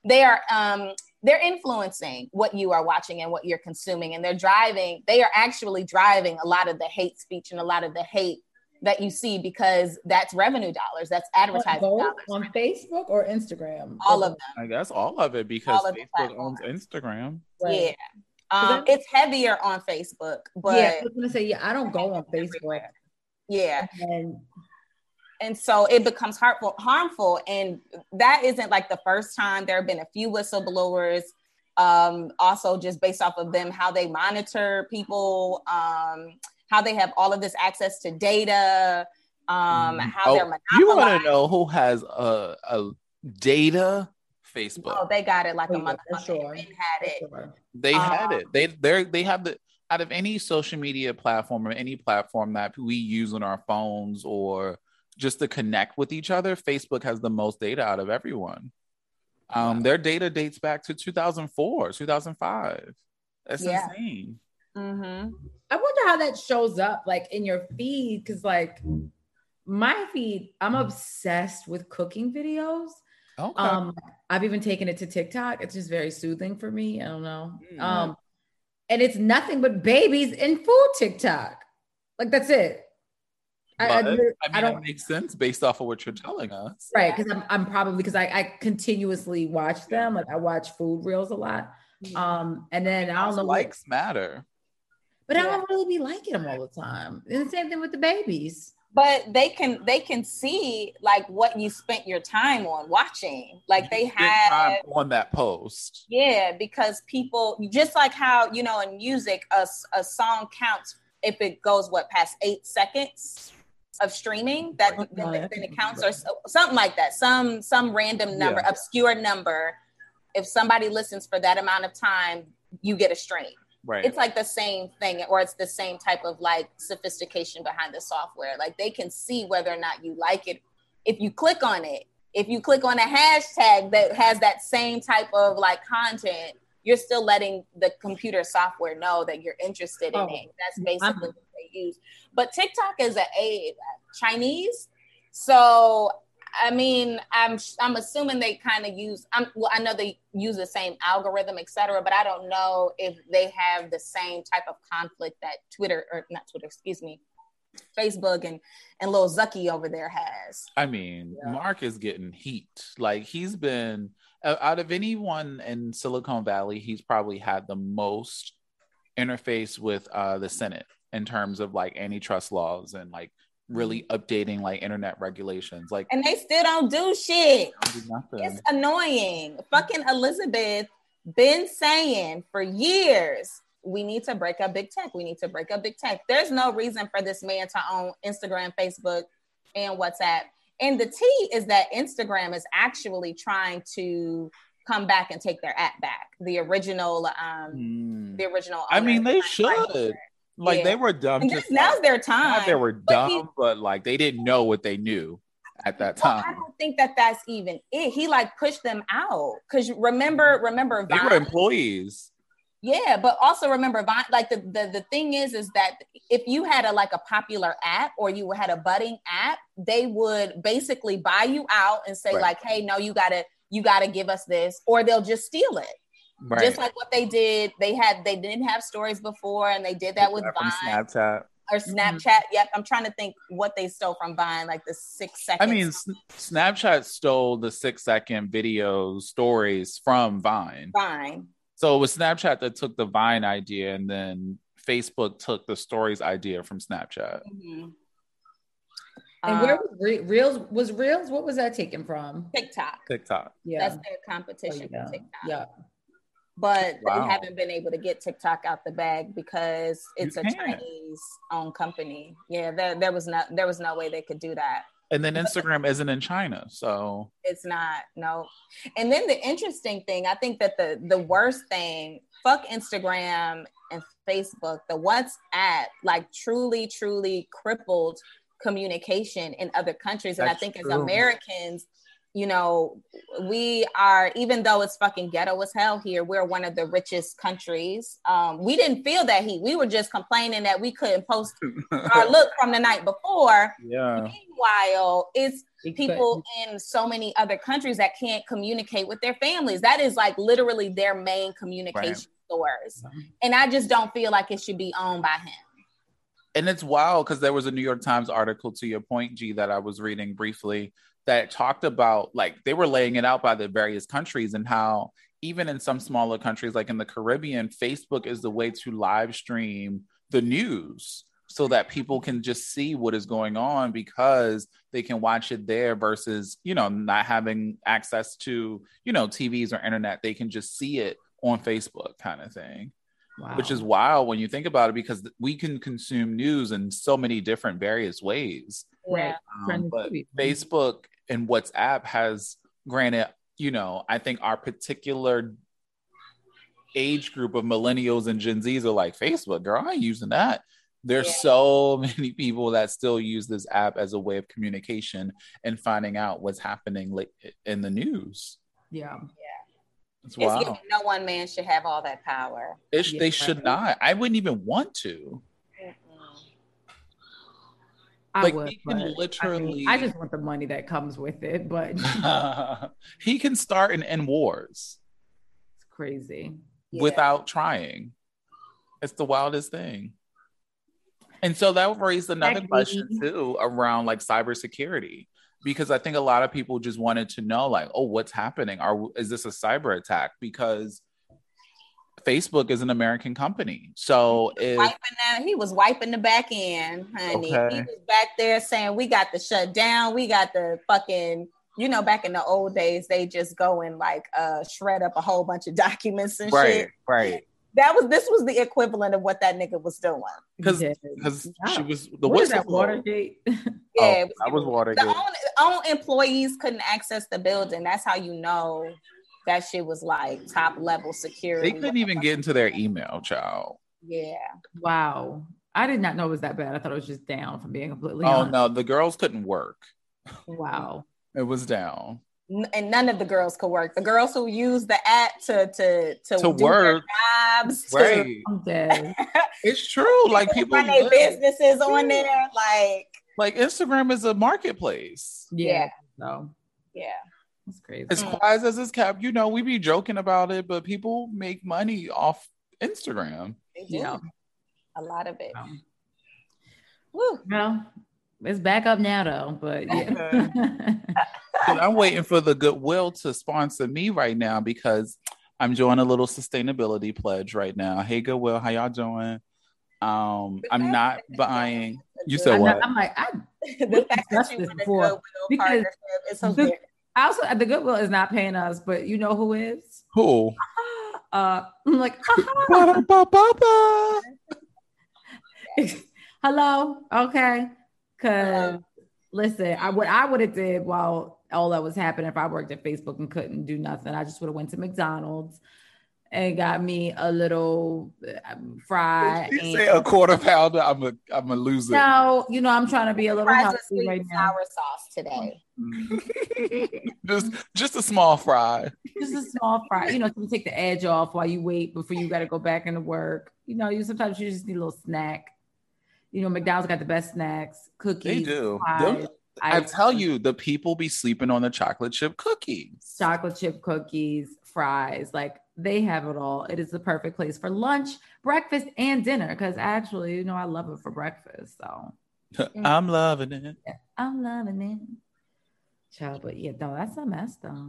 Speaker 5: they are um, they're influencing what you are watching and what you're consuming, and they're driving. They are actually driving a lot of the hate speech and a lot of the hate that you see because that's revenue dollars, that's advertising
Speaker 2: Both
Speaker 5: dollars,
Speaker 2: on Facebook or Instagram.
Speaker 5: all of
Speaker 4: I guess all of it because
Speaker 5: All of the
Speaker 4: Facebook owns Instagram.
Speaker 5: Yeah.
Speaker 2: Is
Speaker 5: Um,
Speaker 2: that-
Speaker 5: it's heavier on Facebook, but
Speaker 2: yeah,
Speaker 5: yeah.
Speaker 2: I was gonna say, yeah, I don't go on Facebook. And
Speaker 5: And so it becomes harmful, harmful. And that isn't like the first time. There have been a few whistleblowers. Um, also just based off of them, how they monitor people, um, how they have all of this access to data,
Speaker 2: Mm-hmm.
Speaker 5: um,
Speaker 4: Mhm.
Speaker 5: how
Speaker 4: Oh,
Speaker 5: they're
Speaker 4: You want
Speaker 5: monopolized.
Speaker 4: to know who has a, a data Facebook?
Speaker 5: Oh, they got it like
Speaker 2: Oh,
Speaker 5: a
Speaker 2: yeah,
Speaker 5: month.
Speaker 2: for sure.
Speaker 5: They had it.
Speaker 4: they
Speaker 2: Um,
Speaker 4: had
Speaker 5: uh,
Speaker 4: it. They they they have the out of any social media platform or any platform that we use on our phones or just to connect with each other, Facebook has the most data out of everyone. Um, Their data dates back to 2004, 2005. That's
Speaker 5: Yeah.
Speaker 4: insane.
Speaker 5: Mm-hmm.
Speaker 2: I wonder how that shows up like in your feed because like my feed, I'm obsessed with cooking videos.
Speaker 4: Okay.
Speaker 2: Um, I've even taken it to TikTok. It's just very soothing for me. I don't know.
Speaker 4: Mm.
Speaker 2: Um, and it's nothing but babies in food TikTok. Like that's it. I, I,
Speaker 4: But,
Speaker 2: literally-
Speaker 4: I mean,
Speaker 2: I
Speaker 4: it
Speaker 2: don't
Speaker 4: makes sense based off of what you're telling us.
Speaker 2: right because I'm, I'm probably because I, I continuously watch them. Like I watch food reels a lot. Um, and then I don't know what-
Speaker 4: Mm. likes matter.
Speaker 2: but I
Speaker 5: Yeah.
Speaker 2: don't really be liking them all the time. And the same thing with the babies.
Speaker 5: but they can they can see like what you spent your time on watching like they
Speaker 4: You spend
Speaker 5: have
Speaker 4: time on that post.
Speaker 5: Yeah, because people just like how you know in music a, s- a song counts if it goes what past eight seconds of streaming that
Speaker 2: Oh,
Speaker 5: then,
Speaker 2: God, I
Speaker 5: it- then
Speaker 2: think
Speaker 5: it counts or so, something like that some some random number obscure number if somebody listens for that amount of time you get a stream
Speaker 4: Right.
Speaker 5: it's like the same thing or it's the same type of like sophistication behind the software like they can see whether or not you like it if you click on it if you click on a hashtag that has that same type of like content you're still letting the computer software know that you're interested in
Speaker 2: Oh,
Speaker 5: it that's
Speaker 2: I'm-
Speaker 5: basically what they use but tiktok is a a chinese so I mean, I'm I'm assuming they kind of use. I'm well, I know they use the same algorithm, et cetera, but I don't know if they have the same type of conflict that Twitter or not Twitter, excuse me, Facebook and and Lil Zucky over there has.
Speaker 4: I mean, Mark is getting heat. Like he's been o- out of anyone in Silicon Valley, he's probably had the most interface with uh, the Senate in terms of like antitrust laws and like really updating like internet regulations. Like
Speaker 5: Mm-hmm. And they still don't do shit.
Speaker 4: do nothing.
Speaker 5: It's annoying. Fucking Elizabeth been saying for years, we need to break up big tech. We need to break up big tech. There's no reason for this man to own Instagram, Facebook, and WhatsApp. And the T is that Instagram is actually trying to come back and take their app back. The original, um,
Speaker 4: Mm.
Speaker 5: the original.
Speaker 4: I mean,
Speaker 5: owner.
Speaker 4: they should. Like
Speaker 5: Yeah.
Speaker 4: they were dumb.
Speaker 5: And
Speaker 4: to
Speaker 5: this, now's their time.
Speaker 4: not they were
Speaker 5: But
Speaker 4: dumb,
Speaker 5: he-
Speaker 4: but like they didn't know what they knew at that
Speaker 5: Well, I
Speaker 4: time.
Speaker 5: don't think that that's even it. He like pushed them out because remember, remember,
Speaker 4: Mm-hmm. They
Speaker 5: Vine?
Speaker 4: were employees.
Speaker 5: Yeah, but also remember, Vine, like the, the the thing is, is that if you had a like a popular app or you had a budding app, they would basically buy you out and say
Speaker 4: Right.
Speaker 5: like, "Hey, no, you gotta you gotta give us this," or they'll just steal it,
Speaker 4: Right.
Speaker 5: just like what they did. They had they didn't have stories before, and they did that with
Speaker 4: from Mm-hmm.
Speaker 5: Vine
Speaker 4: Snapchat.
Speaker 5: or Snapchat. Yep, I'm trying to think what they stole from Vine, like the six
Speaker 4: I
Speaker 5: seconds.
Speaker 4: mean, S- Snapchat stole the six second video stories from Vine.
Speaker 5: Vine.
Speaker 4: So it was Snapchat that took the Vine idea, and then Facebook took the stories idea from Snapchat.
Speaker 5: Mhm.
Speaker 2: And where
Speaker 5: Uh,
Speaker 2: was Re- Reels? Was Reels? What was that taken from?
Speaker 5: TikTok?
Speaker 4: TikTok.
Speaker 2: Yeah.
Speaker 5: That's their competition
Speaker 2: yeah.
Speaker 5: for TikTok.
Speaker 2: yeah.
Speaker 5: but
Speaker 4: Wow.
Speaker 5: they haven't been able to get TikTok out the bag because
Speaker 4: You
Speaker 5: it's a
Speaker 4: can't.
Speaker 5: Chinese-owned company. Yeah, there, there was no there was no way they could do that.
Speaker 4: And then Instagram isn't in China. So
Speaker 5: It's not no. And then the interesting thing, I think that the the worst thing, fuck Instagram and Facebook, the WhatsApp like truly truly crippled communication in other countries. And I
Speaker 4: That's
Speaker 5: think as
Speaker 4: true.
Speaker 5: Americans, you know, we are even though it's fucking ghetto as hell here, we're one of the richest countries. Um, we didn't feel that heat. We were just complaining that we couldn't post our look from the night before.
Speaker 4: yeah.
Speaker 5: Meanwhile, it's
Speaker 2: Big
Speaker 5: people in so many other countries that can't communicate with their families. That is like literally their main communication source. And I just don't feel like it should be owned by him.
Speaker 4: And it's wild because there was a New York Times article to your point, G, that I was reading briefly that talked about like they were laying it out by the various countries and how even in some smaller countries, like in the Caribbean, Facebook is the way to live stream the news so that people can just see what is going on because they can watch it there versus, you know, not having access to, you know, TVs or internet. They can just see it on Facebook kind of thing
Speaker 2: Wow.
Speaker 4: which is wild when you think about it because th- we can consume news in so many different various ways
Speaker 2: Right.
Speaker 4: um,
Speaker 2: Friends
Speaker 4: but
Speaker 2: tweet.
Speaker 4: facebook and whatsapp has granted you know i think our particular age group of millennials and gen z's are like facebook girl i ain't using that there's
Speaker 5: Yeah.
Speaker 4: so many people that still use this app as a way of communication and finding out what's happening like, in the news
Speaker 2: yeah.
Speaker 4: it's
Speaker 5: It's
Speaker 4: wild.
Speaker 5: giving no one man should have all that power.
Speaker 4: It's-
Speaker 2: Yeah.
Speaker 4: they should not i wouldn't even want to
Speaker 2: I
Speaker 4: Like,
Speaker 2: would.
Speaker 4: he can
Speaker 2: but, I mean,
Speaker 4: literally-
Speaker 2: I just want the money that comes with it, but it's
Speaker 4: he can start and end wars
Speaker 2: crazy.
Speaker 5: Yeah.
Speaker 4: without trying. It's the wildest thing. And so that raised another
Speaker 2: Exactly.
Speaker 4: question too around like cybersecurity because I think a lot of people just wanted to know like, oh, what's happening? Are is this a cyber attack? Because Facebook is an American company, so if
Speaker 5: wiping that. He was wiping the back end, honey.
Speaker 4: Okay.
Speaker 5: He was back there saying, "We got the shutdown. We got the fucking." You know, back in the old days, they just go and like uh, shred up a whole bunch of documents and
Speaker 4: right,
Speaker 5: shit.
Speaker 4: right,
Speaker 5: That was this was the equivalent of what that nigga was doing.
Speaker 4: because
Speaker 2: Yes.
Speaker 4: because she
Speaker 2: Yeah.
Speaker 4: was the
Speaker 2: What is
Speaker 4: whistle
Speaker 2: that Watergate?
Speaker 4: Oh,
Speaker 5: Yeah, it
Speaker 4: that was
Speaker 5: the
Speaker 4: Watergate.
Speaker 5: own, own employees couldn't access the building. That's how you know that shit was like top level security.
Speaker 4: They couldn't even get into their e-, email, child.
Speaker 5: Yeah,
Speaker 2: wow. I did not know it was that bad. I thought it was just down from being completely
Speaker 4: Oh
Speaker 2: honest.
Speaker 4: no, the girls couldn't work.
Speaker 2: Wow.
Speaker 4: It was down.
Speaker 5: N- and none of the girls could work. The girls who used the app to to to,
Speaker 4: To
Speaker 5: do their
Speaker 4: work.
Speaker 5: jobs, to-
Speaker 4: Right.
Speaker 2: I'm dead.
Speaker 4: It's true. Like people
Speaker 5: run their
Speaker 4: live-
Speaker 5: businesses on there. Like,
Speaker 4: like Instagram is a marketplace.
Speaker 2: Yeah.
Speaker 5: Yeah.
Speaker 2: So
Speaker 5: yeah,
Speaker 2: that's crazy.
Speaker 4: As
Speaker 5: Mm.
Speaker 4: quiet as it's kept, you know, we be joking about it, but people make money off Instagram.
Speaker 5: they do
Speaker 2: Yeah.
Speaker 5: a lot of it.
Speaker 2: So,
Speaker 5: Woo.
Speaker 2: well, it's back up now though, but yeah.
Speaker 4: And I'm waiting for the goodwill to sponsor me right now because I'm doing a little sustainability pledge right now. Hey Goodwill, how y'all doing? Um, I'm not buying You said
Speaker 2: I'm,
Speaker 4: what?
Speaker 2: not- I'm like, I,
Speaker 5: the fact that
Speaker 2: discussed
Speaker 5: you
Speaker 2: this
Speaker 5: want a
Speaker 2: before,
Speaker 5: goodwill
Speaker 2: because
Speaker 5: partnership is
Speaker 2: the-
Speaker 5: hilarious.
Speaker 2: I also the Goodwill is not paying us, but you know who is?
Speaker 4: Who?
Speaker 2: Uh, I'm like,
Speaker 4: Ba-da-ba-ba-ba.
Speaker 2: hello, okay, because listen, I what I would have did while all that was happening if I worked at Facebook and couldn't do nothing, I just would have went to McDonald's and got me a little uh, fry.
Speaker 4: She
Speaker 2: and-
Speaker 4: say a quarter pounder. I'm a I'm a loser.
Speaker 2: No, you know, I'm trying to be a little
Speaker 5: Fries with
Speaker 2: healthy
Speaker 5: sweet
Speaker 2: right
Speaker 5: and
Speaker 2: now.
Speaker 5: sour sauce today.
Speaker 4: just just a small fry.
Speaker 2: Just a small fry, you know, to take the edge off while you wait before you got to go back into work. You know, you sometimes you just need a little snack. You know, McDonald's got the best snacks,
Speaker 4: They
Speaker 2: cookies,
Speaker 4: do.
Speaker 2: fries,
Speaker 4: Them- I
Speaker 2: ice
Speaker 4: tell
Speaker 2: cream,
Speaker 4: you, the people be sleeping on the chocolate chip cookies.
Speaker 2: chocolate chip cookies, fries, like they have it all. It is the perfect place for lunch, breakfast, and dinner. Because actually, you know, I love it for breakfast, so
Speaker 4: I'm loving it.
Speaker 2: I'm loving it. Child, but yeah, no, that's a mess though.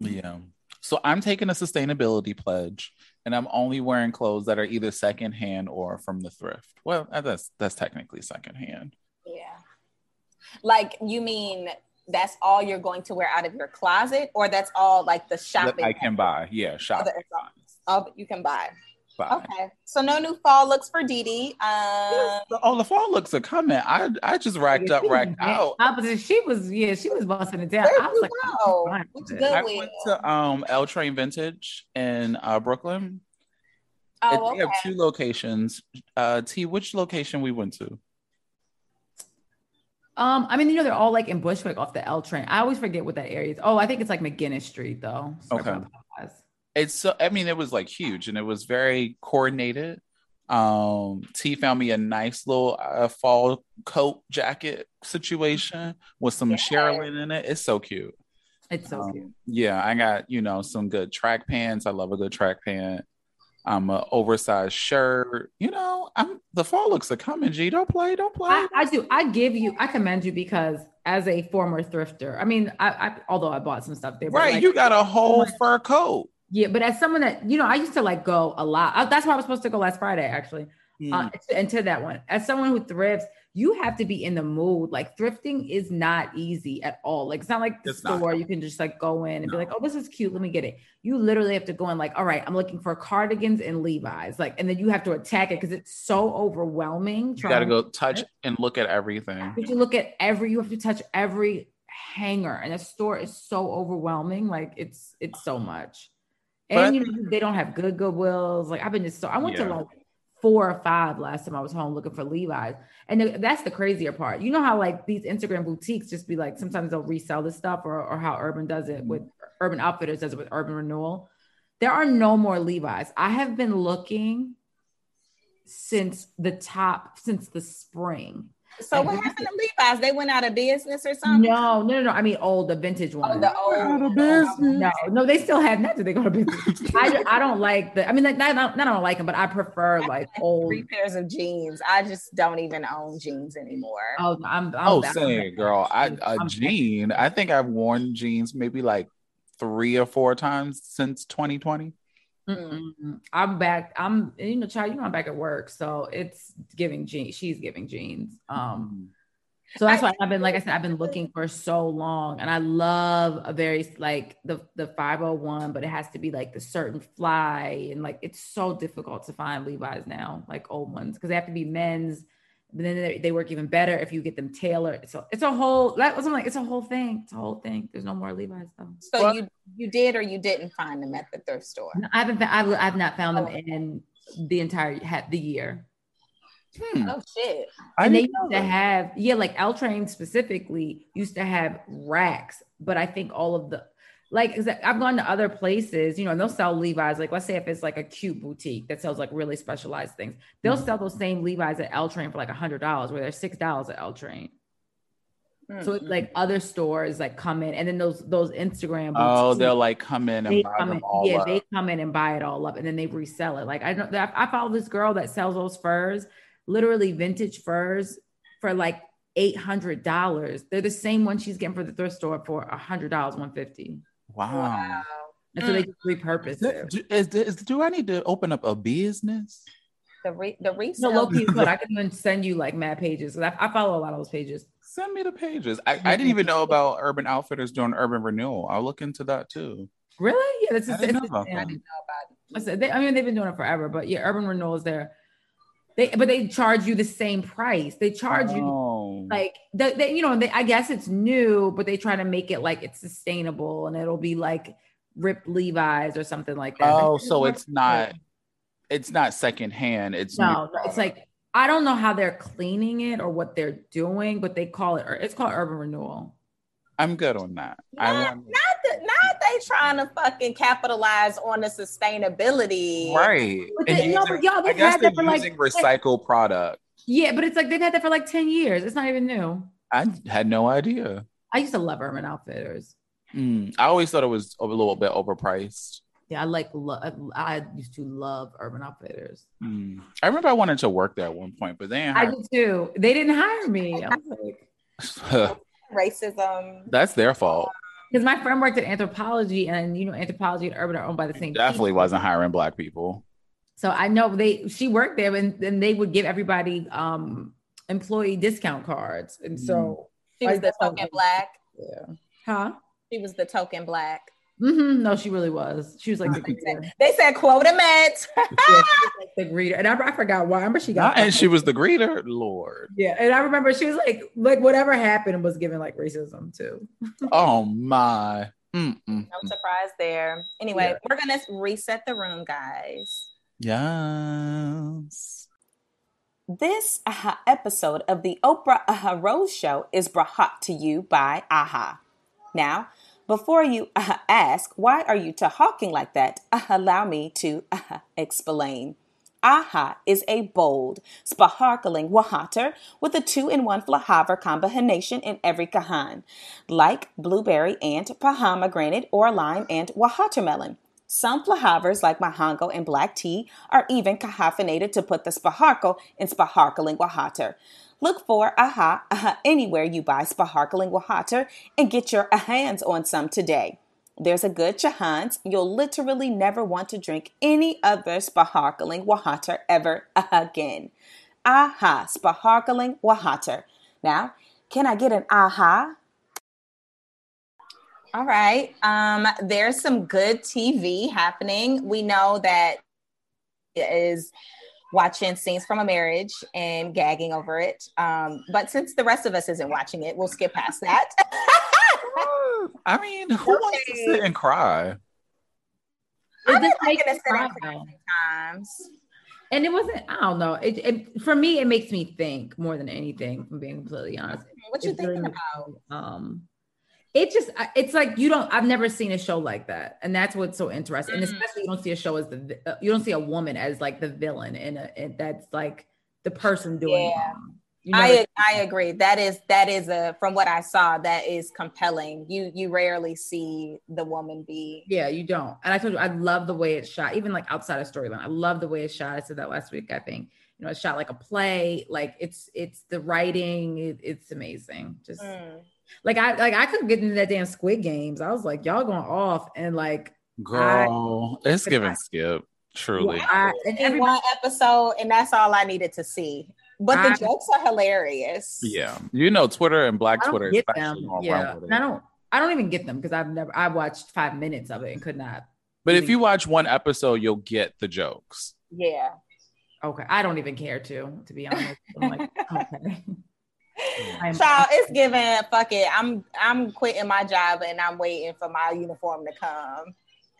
Speaker 4: Yeah. So I'm taking a sustainability pledge, and I'm only wearing clothes that are either secondhand or from the thrift. Well, uh, that's that's technically secondhand.
Speaker 5: Yeah. Like you mean that's all you're going to wear out of your closet, or that's all like the
Speaker 4: That
Speaker 5: shopping
Speaker 4: I can buy. Yeah, shop.
Speaker 5: Other- all that you can buy.
Speaker 4: Buy.
Speaker 5: Okay. So no new fall looks for Dee Dee. Um,
Speaker 4: The- Oh, the fall looks are coming. I I just racked up,
Speaker 2: She was
Speaker 4: racked
Speaker 2: mad.
Speaker 4: out.
Speaker 2: I was- she was, yeah, she was busting it down.
Speaker 5: Where'd
Speaker 2: I was
Speaker 5: you
Speaker 2: like, I'm
Speaker 5: go?
Speaker 2: fine
Speaker 5: What
Speaker 2: with
Speaker 5: you
Speaker 2: it.
Speaker 5: go?
Speaker 4: I went to um L Train Vintage in uh, Brooklyn. And
Speaker 5: oh,
Speaker 4: They have
Speaker 5: okay.
Speaker 4: two locations. Uh, T, which location we went to?
Speaker 2: Um, I mean, you know, they're all like in Bushwick off the L train. I always forget what that area is. Oh, I think it's like McGinnis Street though. Sorry
Speaker 4: Okay.
Speaker 2: about that, guys.
Speaker 4: it's so i mean it was like huge and it was very coordinated um t found me a nice little uh, fall coat jacket situation with some
Speaker 5: Yes.
Speaker 4: sherilyn in it it's so cute
Speaker 2: It's so
Speaker 4: Um,
Speaker 2: cute.
Speaker 4: yeah i got you know some good track pants i love a good track pant i'm an oversized shirt you know i'm the fall looks are coming g don't play don't play
Speaker 2: I, I do. I give you, I commend you because as a former thrifter, I mean, I, I although I bought some stuff there, but,
Speaker 4: right
Speaker 2: like, "Oh
Speaker 4: you got a whole fur coat
Speaker 2: yeah, but as someone that, you know, I used to like go a lot. I- that's why I was supposed to go last Friday actually.
Speaker 4: Mm.
Speaker 2: uh, and to that one as someone who thrifts you have to be in the mood like thrifting is not easy at all like it's not like the
Speaker 4: It's not.
Speaker 2: store you can just like go in and be
Speaker 4: No.
Speaker 2: like oh this is cute let me get it you literally have to go in like all right i'm looking for cardigans and levi's like and then you have to attack it because it's so overwhelming
Speaker 4: you gotta
Speaker 2: trying-
Speaker 4: go touch and look at everything
Speaker 2: you have to look at every you have to touch every hanger and that store is so overwhelming like it's it's so much
Speaker 4: But I
Speaker 2: and you know they don't have good goodwills like i've been just so i went to
Speaker 4: Yeah.
Speaker 2: like four or five last time i was home looking for levi's and th- that's the crazier part you know how like these instagram boutiques just be like sometimes they'll resell this stuff or, or how urban does
Speaker 4: Mm-hmm.
Speaker 2: it with urban outfitters does it with urban renewal there are no more levi's i have been looking since the top since the spring
Speaker 5: So what happened to Levi's? They went out of business or something?
Speaker 2: No, no, no, no. I mean old, the vintage one.
Speaker 5: Oh, the old.
Speaker 4: Out of business.
Speaker 2: no, no, they still have not that they go to business. I, I don't like the I mean like not, not, not I don't like them, but I prefer like old
Speaker 5: Three pairs of jeans. I just don't even own jeans anymore.
Speaker 2: Oh, I'm, I'm
Speaker 4: Oh,
Speaker 2: back.
Speaker 4: same girl. I uh, a
Speaker 2: I'm-
Speaker 4: jean. I think I've worn jeans maybe like three or four times since 2020.
Speaker 2: Mm-mm. I'm back. I'm you know, child, you know I'm back at work, so it's giving jeans. She's giving jeans. Um, so that's why I've been like I said, I've been looking for so long, and I love a very like the the 501, but it has to be like the certain fly, and like it's so difficult to find Levi's now, like old ones, because they have to be men's. But then they, they work even better if you get them tailored. So it's a whole. That was I'm like it's a whole thing. It's a whole thing. There's no more Levi's though.
Speaker 5: So you you did or you didn't find them at the thrift store?
Speaker 2: No, I haven't. fa- I've, I've not found them in the entire ha- the year.
Speaker 4: Hmm.
Speaker 5: Oh shit!
Speaker 4: I
Speaker 2: and they
Speaker 4: didn't know
Speaker 2: used to
Speaker 4: that.
Speaker 2: have yeah, like L Train specifically used to have racks, but I think all of the like 'cause I've gone to other places, you know, and they'll sell Levi's. Like, let's say if it's like a cute boutique that sells like really specialized things, they'll
Speaker 4: Mm-hmm.
Speaker 2: sell those same Levi's at L Train for like a hundred dollars, where they're six dollars at L Train. So it's like
Speaker 4: Mm-hmm.
Speaker 2: other stores like come in, and then those those Instagram.
Speaker 4: Oh,
Speaker 2: boutiques-
Speaker 4: they'll like come in and
Speaker 2: they
Speaker 4: buy
Speaker 2: come
Speaker 4: them
Speaker 2: in,
Speaker 4: all
Speaker 2: yeah,
Speaker 4: up.
Speaker 2: they come in and buy it all up, and then they resell it. Like I know that I follow this girl that sells those furs, literally vintage furs for like eight hundred dollars. They're the same one she's getting for the thrift store for hundred dollars, one fifty,
Speaker 4: wow.
Speaker 2: and
Speaker 4: Mm.
Speaker 2: so they just repurpose
Speaker 4: Do,
Speaker 2: it.
Speaker 4: do- is- is- do I need to open up a business?
Speaker 5: The re- the
Speaker 2: So
Speaker 5: resale.
Speaker 2: low key, but I can even send you like mad pages 'cause I, I follow a lot of those pages.
Speaker 4: Send me the pages. I, I didn't even know about Urban Outfitters doing urban renewal. I'll look into that too.
Speaker 2: Really? Yeah, that's
Speaker 4: I
Speaker 2: it's,
Speaker 4: didn't know
Speaker 2: it's-
Speaker 4: about
Speaker 2: yeah.
Speaker 4: them.
Speaker 2: I said they, I mean they've been doing it forever, but yeah, Urban Renewal is there. They but they charge you the same price. They charge you
Speaker 4: Oh.
Speaker 2: like they, they you know they, i guess it's new but they try to make it like it's sustainable and it'll be like rip levi's or something like that
Speaker 4: oh, so it's not it's not secondhand. It's new
Speaker 2: no no, it's
Speaker 4: product.
Speaker 2: like i don't know how they're cleaning it or what they're doing but they call it or it's called urban renewal
Speaker 4: I'm good on that. I
Speaker 5: Not,
Speaker 4: want
Speaker 5: not that not they trying to fucking capitalize on the sustainability.
Speaker 4: right.
Speaker 2: But
Speaker 4: And
Speaker 2: they- no,
Speaker 4: using-
Speaker 2: but y'all,
Speaker 4: I
Speaker 2: they've
Speaker 4: guess
Speaker 2: had
Speaker 4: they're
Speaker 2: that for like
Speaker 4: using recycled product.
Speaker 2: yeah but it's like they've had that for like 10 years it's not even new
Speaker 4: I had no idea.
Speaker 2: i used to love urban outfitters
Speaker 4: Mm, I always thought it was a little bit overpriced.
Speaker 2: yeah i like lo- i used to love urban outfitters
Speaker 4: Mm. I remember I wanted to work there at one point, but then
Speaker 2: i did too they didn't hire me i was like
Speaker 5: Racism.
Speaker 4: that's their fault.
Speaker 2: because my friend worked at anthropology and you know anthropology and urban are owned by the same
Speaker 4: Definitely
Speaker 2: people.
Speaker 4: wasn't hiring black people.
Speaker 2: so i know they she worked there and, and they would give everybody um employee discount cards and so
Speaker 5: She was the token black.
Speaker 2: yeah huh
Speaker 5: She was the token black.
Speaker 2: hmm no she really was she was like the greeter,
Speaker 5: They said quota met.
Speaker 2: like the greeter. and I, I forgot why I remember she got
Speaker 4: Not, and she was the greeter. Lord.
Speaker 2: yeah and i remember she was like like whatever happened was given like racism too
Speaker 4: Oh my. Mm-mm.
Speaker 5: No surprise there. Anyway, we're gonna reset the room, guys.
Speaker 4: Yes.
Speaker 6: This
Speaker 5: uh-huh,
Speaker 6: AHA episode of the Oprah AHA Rose Show is brought to you by
Speaker 5: uh-huh.
Speaker 6: AHA. Now, before you AHA ask, why are you talking like that?
Speaker 5: Uh-huh,
Speaker 6: AHA, allow me to AHA explain. AHA is a bold, sparkling water with a two-in-one flavor combination in every kahan, like blueberry and pomegranate or lime and watermelon. Some flavors like mahango and black tea are even caffeinated to put the sparkle in sparkling water. Look for AHA, AHA anywhere you buy sparkling water and get your hands on some today. There's a good chance you'll literally never want to drink any other sparkling water ever again. AHA, sparkling water. Now, can I get an AHA?
Speaker 5: All right. Um, there's some good TV happening. We know that is watching scenes from a marriage and gagging over it. Um, but since the rest of us isn't watching it, we'll skip past that.
Speaker 4: I mean, who wants to sit and cry?
Speaker 5: I've
Speaker 2: It
Speaker 5: been
Speaker 2: just
Speaker 5: liking
Speaker 2: makes
Speaker 5: to
Speaker 2: me
Speaker 5: sit and
Speaker 2: cry,
Speaker 5: cry
Speaker 2: though.
Speaker 5: sometimes.
Speaker 2: and it wasn't i don't know it, it for me it makes me think more than anything from being completely honest
Speaker 5: What you
Speaker 2: It really
Speaker 5: thinking
Speaker 2: makes
Speaker 5: about?
Speaker 2: me, um it just I- it's like you don't i've never seen a show like that and that's what's so interesting and especially you don't see a show as the vi- uh, you don't see a woman as like the villain and in a- in- that's like the person doing
Speaker 5: Yeah.
Speaker 2: wrong. You never-
Speaker 5: I I agree. That is that is a from what I saw that is compelling. You you rarely see the woman be
Speaker 2: yeah, you don't. And I told you, I love the way it's shot, even like outside of storyline. I love the way it's shot. I said that last week, I think. You know, it's shot like a play. Like it's it's the writing. It, it's amazing.
Speaker 5: Hmm.
Speaker 2: Just
Speaker 5: Mm.
Speaker 2: like I like I could get into that damn Squid Games. I was like, y'all going off and like
Speaker 4: Girl, it's giving skip. Truly.
Speaker 2: I, and
Speaker 5: in
Speaker 2: everybody
Speaker 5: one episode, and that's all I needed to see. But the
Speaker 2: I-
Speaker 5: jokes are hilarious.
Speaker 4: Yeah. You know, Twitter and Black
Speaker 2: I
Speaker 4: Twitter
Speaker 2: don't
Speaker 4: is
Speaker 2: get
Speaker 4: actually
Speaker 2: them.
Speaker 4: going to
Speaker 2: Yeah,
Speaker 4: run with
Speaker 2: and I
Speaker 4: it.
Speaker 2: don't. I don't even get them because I've never. I watched five minutes of it and could not.
Speaker 4: But if you watch one episode, you'll get the jokes.
Speaker 5: Yeah.
Speaker 2: Okay, I don't even care to. To be honest, I'm like, okay. I'm-
Speaker 5: Child, it's giving fuck it. I'm I'm quitting my job and I'm waiting for my uniform to come.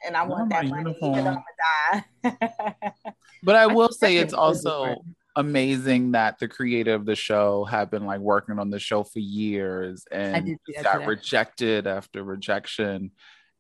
Speaker 5: And I want
Speaker 4: Not
Speaker 5: that
Speaker 4: my
Speaker 5: money even though
Speaker 4: uniform.
Speaker 5: I'm gonna die.
Speaker 4: But I
Speaker 2: I
Speaker 4: will
Speaker 2: think
Speaker 4: say
Speaker 2: that's
Speaker 4: it's
Speaker 2: a good
Speaker 4: also
Speaker 2: word.
Speaker 4: amazing that the creator of the show have been like working on the show for years and
Speaker 2: did see
Speaker 4: just
Speaker 2: that
Speaker 4: got
Speaker 2: today.
Speaker 4: rejected after rejection.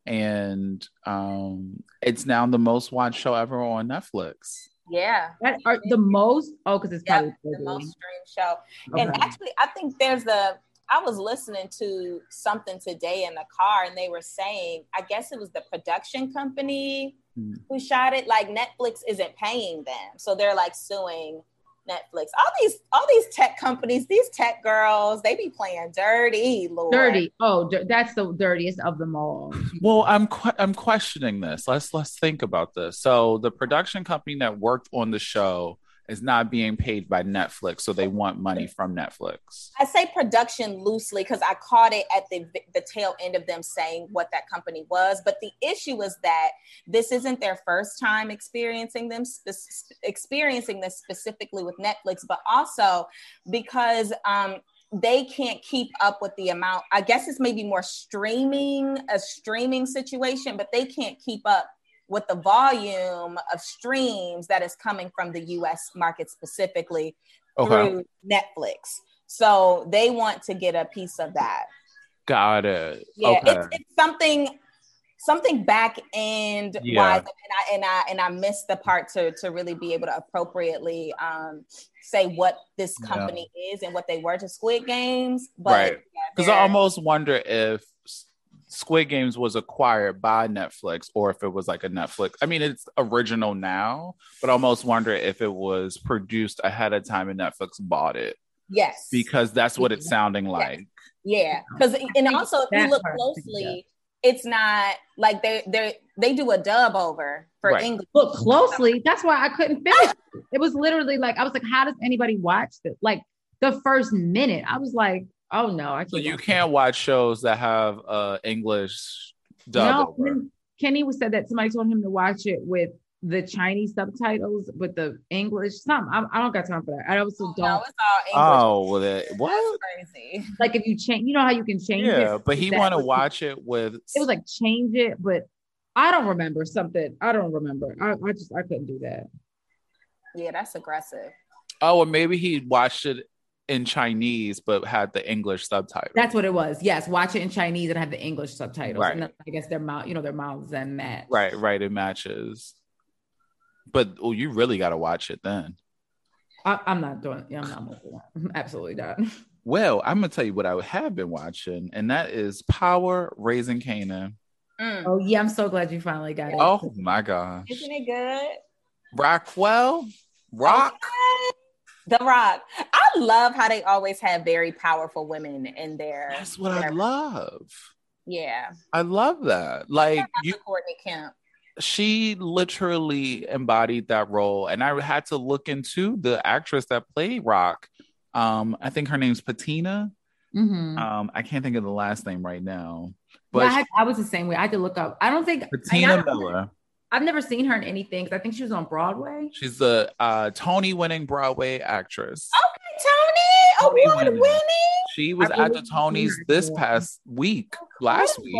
Speaker 4: And um, it's now the most watched show ever on Netflix.
Speaker 5: yeah.
Speaker 2: That are the most. Oh, because it's
Speaker 5: Yeah,
Speaker 2: probably
Speaker 5: The
Speaker 2: Gregory.
Speaker 5: most streamed show.
Speaker 2: Okay.
Speaker 5: And actually, I think there's a. I was listening to something today in the car, and they were saying, I guess it was the production company
Speaker 4: Hmm.
Speaker 5: who shot it. Like Netflix isn't paying them, so they're like suing Netflix. All these, all these tech companies, these tech girls, they be playing dirty, Lord.
Speaker 2: dirty. Oh, dir- that's the dirtiest of them all.
Speaker 4: Well, I'm que- I'm questioning this. Let's let's think about this. So the production company that worked on the show is not being paid by Netflix, so they want money from Netflix.
Speaker 5: I say production loosely because I caught it at the the tail end of them saying what that company was. But the issue is that this isn't their first time experiencing them spe- experiencing this specifically with Netflix, but also because um, they can't keep up with the amount. I guess it's maybe more streaming a streaming situation, but they can't keep up with the volume of streams that is coming from the U.S. market specifically
Speaker 4: Okay,
Speaker 5: through Netflix. So they want to get a piece of that.
Speaker 4: got it.
Speaker 5: Yeah,
Speaker 4: okay,
Speaker 5: it's, it's something something back end
Speaker 4: Yeah.
Speaker 5: wise and I and I and I missed the part to to really be able to appropriately um say what this
Speaker 4: Yeah.
Speaker 5: company is and what they were to Squid Games. But
Speaker 4: Right.
Speaker 5: yeah,
Speaker 4: because I
Speaker 5: they're-
Speaker 4: almost wonder if S- Squid Games was acquired by Netflix or if it was like a Netflix. I mean, it's original now, but I almost wonder if it was produced ahead of time and Netflix bought it
Speaker 5: yes.
Speaker 4: because that's what it's sounding like.
Speaker 5: Yeah, because and also if you
Speaker 2: that
Speaker 5: look
Speaker 2: part, I think, yeah.
Speaker 5: closely, it's not like they they they do a dub over for
Speaker 4: Right.
Speaker 5: English.
Speaker 2: Look closely. That's why I couldn't finish. it. It was literally like I was like, how does anybody watch this? Like the first minute, I was like, oh no, I can't.
Speaker 4: So you
Speaker 2: watch
Speaker 4: can't watch shows that have uh English dub.
Speaker 2: No,
Speaker 4: over.
Speaker 2: Ken- Kenny was said that somebody told him to watch it with the Chinese subtitles with the English. Something I, I don't got time for that. I also don't
Speaker 5: No, it's all
Speaker 4: Oh,
Speaker 5: English.
Speaker 4: well, that, what?
Speaker 5: That's crazy.
Speaker 2: like if you change. You know how you can change it.
Speaker 4: Yeah, but he
Speaker 2: That
Speaker 4: want to
Speaker 2: was-
Speaker 4: watch it with.
Speaker 2: It was like change it, but I don't remember something. I don't remember. I, I just I couldn't do that.
Speaker 5: Yeah, that's aggressive.
Speaker 4: oh, or maybe he watched it in Chinese but had the English subtitle.
Speaker 2: That's what it was. Yes, watch it in Chinese and have the English subtitles.
Speaker 4: Right.
Speaker 2: And then I guess their mouth, you know, their mouths then match.
Speaker 4: right, right. It matches. But well, you really got to watch it then.
Speaker 2: I, I'm not doing. Yeah, I'm not moving. That. Absolutely not.
Speaker 4: Well, I'm gonna tell you what I have been watching, and that is Power Raising Canaan.
Speaker 5: Mm.
Speaker 2: Oh yeah, I'm so glad you finally got it.
Speaker 4: Oh my gosh,
Speaker 5: Isn't it good?
Speaker 4: Rockwell, Rock.
Speaker 5: The Rock. I love how they always have very powerful women in there.
Speaker 4: That's what I love.
Speaker 5: Yeah.
Speaker 4: I love that. Like you,
Speaker 5: Courtney Kemp.
Speaker 4: she literally embodied that role and i had to look into the actress that played rock um i think her name's patina
Speaker 2: Mhm.
Speaker 4: um i can't think of the last name right now
Speaker 2: But I,
Speaker 4: but
Speaker 2: had, I was the same way. I had to look up. I don't think I,
Speaker 4: patina
Speaker 2: not-
Speaker 4: miller
Speaker 2: I've never seen her in anything. 'cause I think she was on Broadway.
Speaker 4: she's the uh tony winning broadway actress
Speaker 5: Tony,
Speaker 4: Tony
Speaker 5: award
Speaker 4: winning.
Speaker 5: winning.
Speaker 4: she was
Speaker 2: Oh, I
Speaker 4: at the
Speaker 2: believe
Speaker 4: tonys
Speaker 2: her.
Speaker 4: this past week last week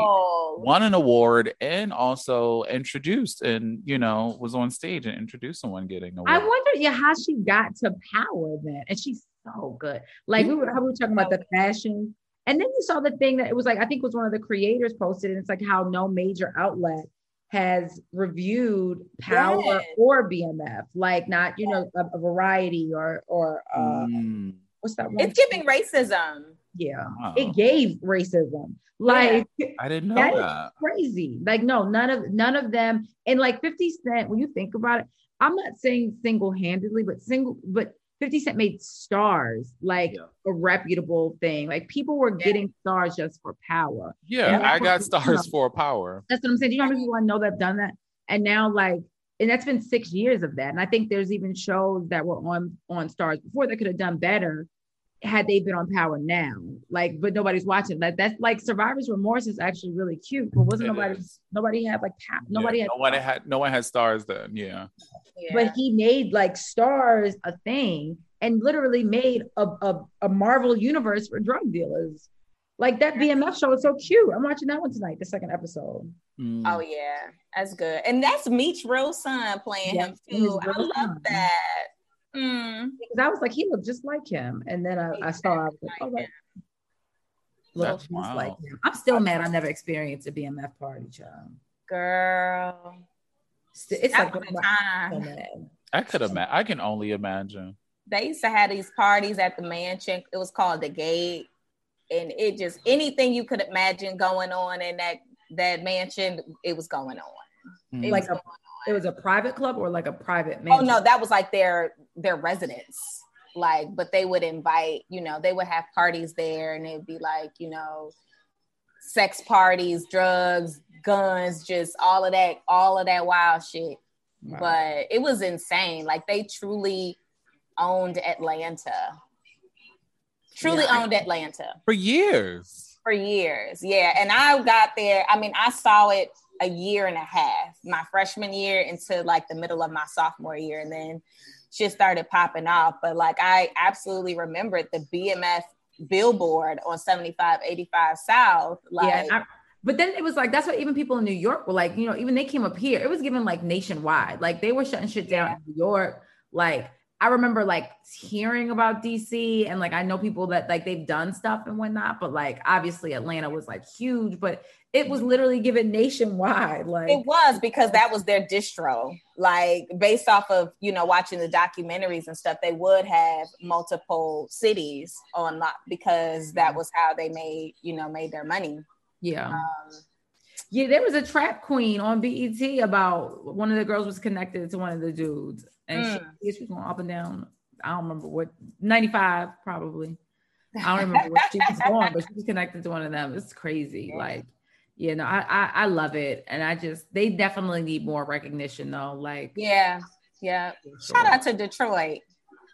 Speaker 4: won an award and also introduced and you know was on stage and introduced someone getting an award
Speaker 2: I wonder, yeah, how she got to power then, and she's so good. Like we were, how we were talking about the fashion, and then you saw the thing that it was like I think it was one of the creators posted, and it's like how no major outlet has reviewed power
Speaker 5: Yes.
Speaker 2: or BMF, like not you know a, a variety or or uh,
Speaker 4: Mm.
Speaker 2: what's what's that one?
Speaker 5: It's giving racism.
Speaker 2: yeah.
Speaker 4: Wow.
Speaker 2: It gave racism. Like
Speaker 4: I didn't know
Speaker 2: that is-
Speaker 4: that.
Speaker 2: crazy. Like no, none of none of them. And like 50 Cent, when you think about it, I'm not saying single-handedly, but single but 50 Cent made stars like
Speaker 4: Yeah.
Speaker 2: a reputable thing. Like people were getting stars just for power.
Speaker 4: Yeah,
Speaker 2: Yeah.
Speaker 4: I got stars for power.
Speaker 2: That's what I'm saying. Do you know how many people I know that have done that? And now like and that's been six years of that. And I think there's even shows that were on on stars before that could have done better had they been on power now. Like, but nobody's watching. Like that's like survivor's remorse is actually really cute, but wasn't
Speaker 4: It
Speaker 2: nobody
Speaker 4: is.
Speaker 2: nobody had like pow- nobody
Speaker 4: yeah,
Speaker 2: had
Speaker 4: no one had no one had stars then. Yeah.
Speaker 5: Yeah.
Speaker 2: but he made like stars a thing and literally made a, a, a Marvel universe for drug dealers. Like that BMF show is so cute. I'm watching that one tonight, the second episode.
Speaker 4: Mm.
Speaker 5: oh yeah, that's good. And that's Meech real son playing
Speaker 2: Yeah,
Speaker 5: him
Speaker 2: and his
Speaker 5: too. I
Speaker 2: real
Speaker 5: love
Speaker 2: son.
Speaker 5: that. Mm.
Speaker 2: Because I was like, he looked just like him. And then I, I saw, I was like, oh, that looks
Speaker 4: That's
Speaker 2: just
Speaker 4: wild.
Speaker 2: like him. I'm still mad I never experienced a BMF party, child.
Speaker 5: Girl.
Speaker 2: St- It's
Speaker 5: That
Speaker 2: like,
Speaker 5: was
Speaker 2: one of
Speaker 5: the
Speaker 2: my- so
Speaker 5: time.
Speaker 2: mad.
Speaker 4: I could imagine. I can only imagine.
Speaker 5: They used to have these parties at the mansion. It was called the gate. And it just anything you could imagine going on in that that mansion, it was going on.
Speaker 4: Mm.
Speaker 5: It
Speaker 2: like
Speaker 5: was
Speaker 2: a, it was a private club or like a private
Speaker 5: Oh
Speaker 2: man.
Speaker 5: no, that was like their their residence. Like, but they would invite, you know, they would have parties there, and it'd be like, you know, sex parties, drugs, guns, just all of that, all of that wild shit. But it was insane. Like they truly owned Atlanta. Truly owned Atlanta
Speaker 4: For years.
Speaker 5: for years. Yeah. And I got there, I mean, I saw it a year and a half, my freshman year into like the middle of my sophomore year. And then shit started popping off. But like, I absolutely remembered the BMF billboard on 7585 South.
Speaker 2: yeah.
Speaker 5: Like,
Speaker 2: and I- but then it was like that's what even people in New York were like, you know, even they came up here. It was given like nationwide. Like they were shutting shit down in New York. Like I remember like hearing about DC and like I know people that like they've done stuff and whatnot, but like obviously Atlanta was like huge, but it was literally given nationwide. Like
Speaker 5: Mm-hmm. It was because that was their distro. Like based off of you know watching the documentaries and stuff, they would have multiple cities on lock because
Speaker 2: Mm.
Speaker 5: that was how they made you know made their money.
Speaker 2: yeah.
Speaker 5: Um,
Speaker 2: Yeah, there was a trap queen on BET about one of the girls was connected to one of the dudes, and she, she was going up and down. I don't remember what ninety five probably. I don't remember what she was on, but she was connected to one of them. It's crazy. Like, yeah, no, I, I I love it, and I just they definitely need more recognition though. Like,
Speaker 5: Yeah, yeah.
Speaker 2: for
Speaker 5: Shout
Speaker 2: sure.
Speaker 5: out to Detroit.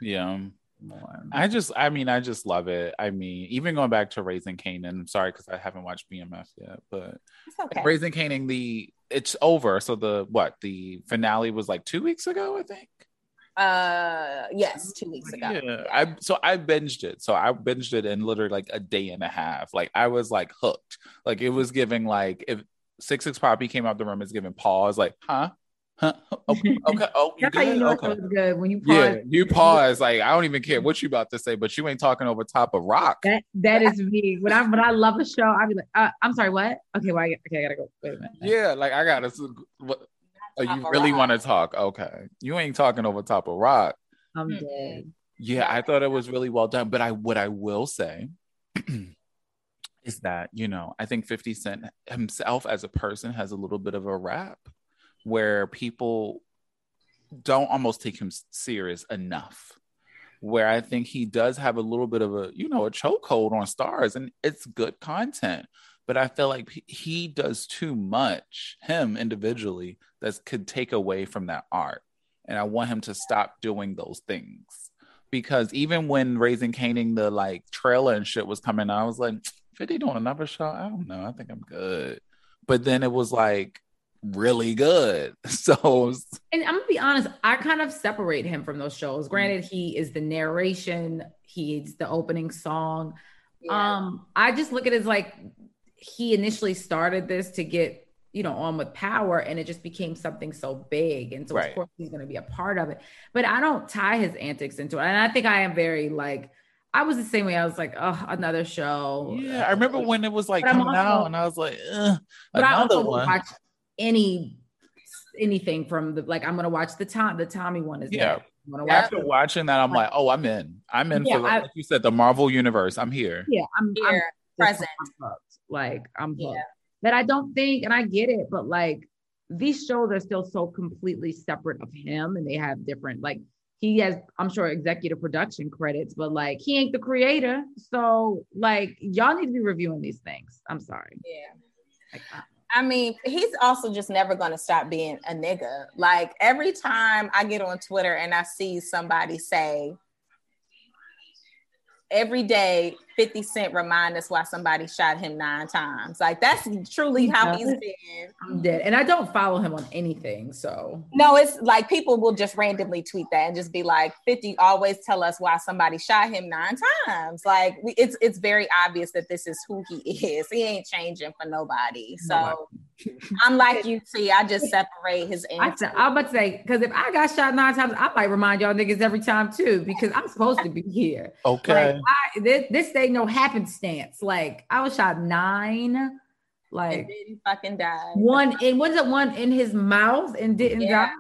Speaker 4: Yeah.
Speaker 2: More.
Speaker 4: I just, I mean, I just love it. I mean, even going back to Raising Canaan, I'm sorry because I haven't watched BMF yet, but
Speaker 5: It's okay.
Speaker 4: Raising Canaan, the it's over. So the what the finale was like two weeks ago, I think.
Speaker 5: Uh, yes, two weeks ago.
Speaker 4: Yeah, I so I binged it. So I binged it in literally like a day and a half. Like I was like hooked. Like it was giving like if Six Six Poppy came out the room, it's giving pause. Like huh, huh? Okay, okay. Oh, you
Speaker 2: That's how you
Speaker 4: good?
Speaker 2: know
Speaker 4: Okay.
Speaker 2: it was good when you pause.
Speaker 4: Yeah, you pause. Like I don't even care what you about to say, but you ain't talking over top of rock.
Speaker 2: That that is me. When I when I love a show, I be like, uh, I'm sorry, what? Okay, well, I, okay, I gotta go. Wait a minute.
Speaker 4: Yeah, like I gotta. s- What, oh, you
Speaker 5: Top of
Speaker 4: really
Speaker 5: Rock.
Speaker 4: want to talk? Okay, you ain't talking over top of rock.
Speaker 2: I'm
Speaker 5: Mm-mm.
Speaker 2: dead.
Speaker 4: Yeah, I thought it was really well done. But I what I will say is that you know I think Fifty Cent himself as a person has a little bit of a rap where people don't almost take him s- serious enough. Where I think he does have a little bit of a you know a chokehold on stars, and it's good content. But I feel like he- he does too much him individually that could take away from that art. And I want him to stop doing those things because even when Raising Caning the like trailer and shit was coming out, I was like, 50 doing another show? I don't know. I think I'm good. But then it was like really good. So it was-
Speaker 2: And I'm gonna be honest, I kind of separate him from those
Speaker 4: Mm.
Speaker 2: shows. Granted, he is the narration, he's the opening song.
Speaker 5: Yeah.
Speaker 2: Um, I just look at it as like he initially started this to get you know on with power, and it just became something so big, and so
Speaker 4: Right.
Speaker 2: of course he's going to be a part of it. But I don't tie his antics into it, and I think I am very like I was the same way. I was like, oh, another show.
Speaker 4: yeah, I remember when it was like
Speaker 2: But I'm
Speaker 4: coming out
Speaker 2: also-
Speaker 4: and I was like, Ugh,
Speaker 2: But I
Speaker 4: another
Speaker 2: also will
Speaker 4: one.
Speaker 2: watch any anything from the like I'm gonna watch the Tom the Tommy one is
Speaker 4: Yeah.
Speaker 2: wanna watch
Speaker 4: After watching that, I'm like, oh, I'm in. I'm in
Speaker 2: Yeah,
Speaker 4: for the,
Speaker 2: I-
Speaker 4: like you said, the Marvel universe. I'm here.
Speaker 2: yeah, I'm, I'm
Speaker 5: Here, present.
Speaker 2: I'm hooked. Like I'm
Speaker 5: Yeah.
Speaker 2: hooked. That I don't think, and I get it, but like these shows are still so completely separate of him, and they have different like he has, I'm sure, executive production credits, but like he ain't the creator. So like y'all need to be reviewing these things. I'm sorry.
Speaker 5: Yeah.
Speaker 2: Like, I-
Speaker 5: I mean, he's also just never going to stop being a nigga. Like every time I get on Twitter and I see somebody say, every day 50 Cent remind us why somebody shot him nine times. Like that's truly how he's been.
Speaker 2: I'm dead, and I don't follow him on anything. So
Speaker 5: No, it's like people will just randomly tweet that and just be like, 50 always tell us why somebody shot him nine times. Like we, it's it's very obvious that this is who he is. He ain't changing for nobody. So I'm like you T, I just separate his
Speaker 2: I
Speaker 5: end.
Speaker 2: said, I'm about to say, because if I got shot nine times, I might remind y'all niggas every time too, because I'm supposed to be here.
Speaker 4: Okay.
Speaker 2: Like, I, this, this ain't no happenstance. Like, I was shot nine,
Speaker 5: and
Speaker 2: like
Speaker 5: didn't fucking die.
Speaker 2: one in, was it one in his mouth and didn't
Speaker 5: Yeah.
Speaker 2: die?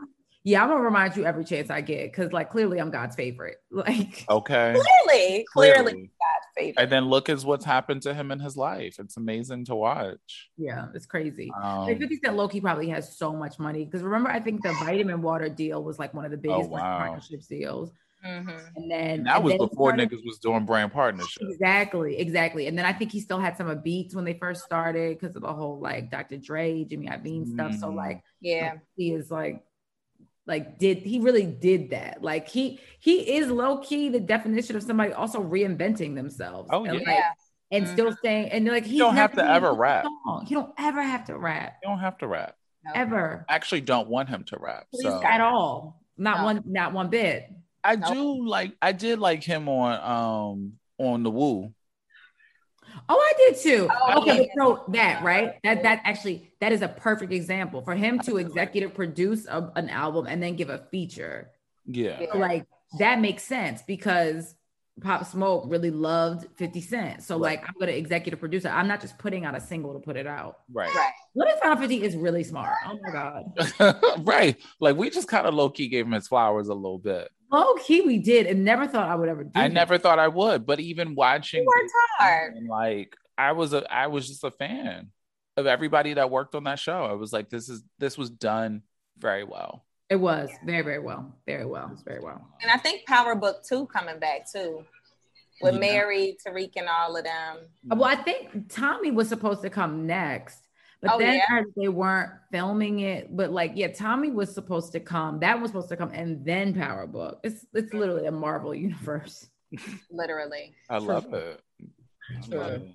Speaker 2: Yeah, I'm gonna remind you every chance I get because, like, clearly I'm God's favorite. Like,
Speaker 4: Okay.
Speaker 5: Clearly, clearly,
Speaker 4: Clearly.
Speaker 5: God's favorite.
Speaker 4: And then look at what's happened to him in his life. It's amazing to watch.
Speaker 2: yeah, it's crazy.
Speaker 4: Um,
Speaker 2: Like 50 Cent Loki probably has so much money because remember, I think the vitamin water deal was like one of the biggest like,
Speaker 4: Oh, wow.
Speaker 2: partnership deals,
Speaker 5: Mhm.
Speaker 2: and then
Speaker 4: and that
Speaker 2: and
Speaker 4: was
Speaker 2: then he
Speaker 4: before
Speaker 2: started-
Speaker 4: niggas was doing brand partnerships.
Speaker 2: Exactly, exactly. And then I think he still had some of Beats when they first started because of the whole like Dr. Dre, Jimmy Iovine stuff. So
Speaker 4: Mhm.
Speaker 2: like
Speaker 5: Yeah.
Speaker 2: he is like like did he really did that? Like he he is low key the definition of somebody also reinventing themselves.
Speaker 4: Oh,
Speaker 2: and,
Speaker 4: yeah. Mm-hmm.
Speaker 2: like,
Speaker 5: Yeah.
Speaker 2: and still saying and like he
Speaker 4: don't have to ever rap.
Speaker 2: He don't ever have to rap
Speaker 4: You don't have to rap.
Speaker 2: ever
Speaker 4: I actually don't want him to rap.
Speaker 5: Please
Speaker 4: so.
Speaker 5: God.
Speaker 2: at all. Not
Speaker 5: No.
Speaker 2: one not one bit.
Speaker 4: I
Speaker 5: No.
Speaker 4: do like I did like him on um on the Woo.
Speaker 2: Oh, I did too.
Speaker 5: Oh,
Speaker 2: okay,
Speaker 5: okay.
Speaker 2: so that right, that that actually that is a perfect example for him to executive produce a, an album and then give a feature.
Speaker 4: Yeah.
Speaker 5: Yeah.
Speaker 2: Like that makes sense because Pop Smoke really loved Fifty Cent. So
Speaker 4: Right.
Speaker 2: like, I'm gonna executive producer. I'm not just putting out a single to put it out.
Speaker 4: Right.
Speaker 5: Right.
Speaker 2: What if Final Fifty is really smart? Oh my god,
Speaker 4: right. Like we just kind of low key gave him his flowers a little bit.
Speaker 2: low key we did, and never thought I would ever do.
Speaker 4: I
Speaker 2: that.
Speaker 4: never thought I would, but even watching
Speaker 5: He worked hard.
Speaker 4: and, like I was a I was just a fan of everybody that worked on that show. I was like, this is this was done very well.
Speaker 2: It was very very well, very well, very well.
Speaker 5: And I think Power Book 2 coming back too. With
Speaker 4: Yeah.
Speaker 5: Mary, Tariq, and all of them.
Speaker 2: Well, I think Tommy was supposed to come next, but
Speaker 5: Oh,
Speaker 2: then
Speaker 5: yeah?
Speaker 2: I heard they weren't filming it. But like, yeah, Tommy was supposed to come. That was supposed to come, and then Power Book. It's it's literally a Marvel universe.
Speaker 5: Literally.
Speaker 4: I love it. I love it.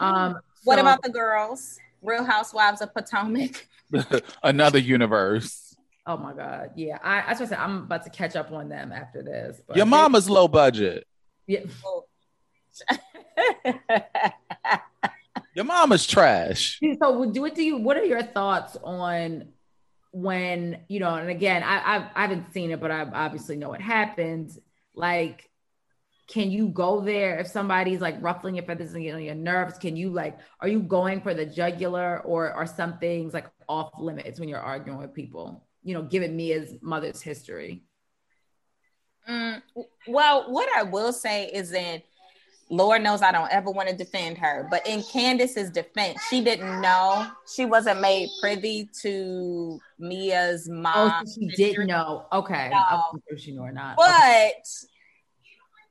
Speaker 2: Um,
Speaker 5: What
Speaker 2: so-
Speaker 5: about the girls? Real Housewives of Potomac.
Speaker 4: Another universe.
Speaker 2: Oh my God, yeah. I that's what I said. I'm about to catch up on them after this. But
Speaker 4: Your mama's low budget.
Speaker 2: Yeah.
Speaker 4: Your mama's trash.
Speaker 2: So, would do it to you. What are your thoughts on when you know? And again, I I've, I haven't seen it, but I obviously know what happened. Like, can you go there if somebody's like ruffling your feathers and getting on your nerves? Can you like, are you going for the jugular, or are some things like off limits when you're arguing with people? You know, given Mia's mother's history.
Speaker 5: Mm, well, what I will say is in Lord knows I don't ever want to defend her, but in Candace's defense, she didn't know she wasn't made privy to Mia's
Speaker 2: Oh,
Speaker 5: mom.
Speaker 2: so she did know. Okay, I wasn't sure if she knew or not. Okay.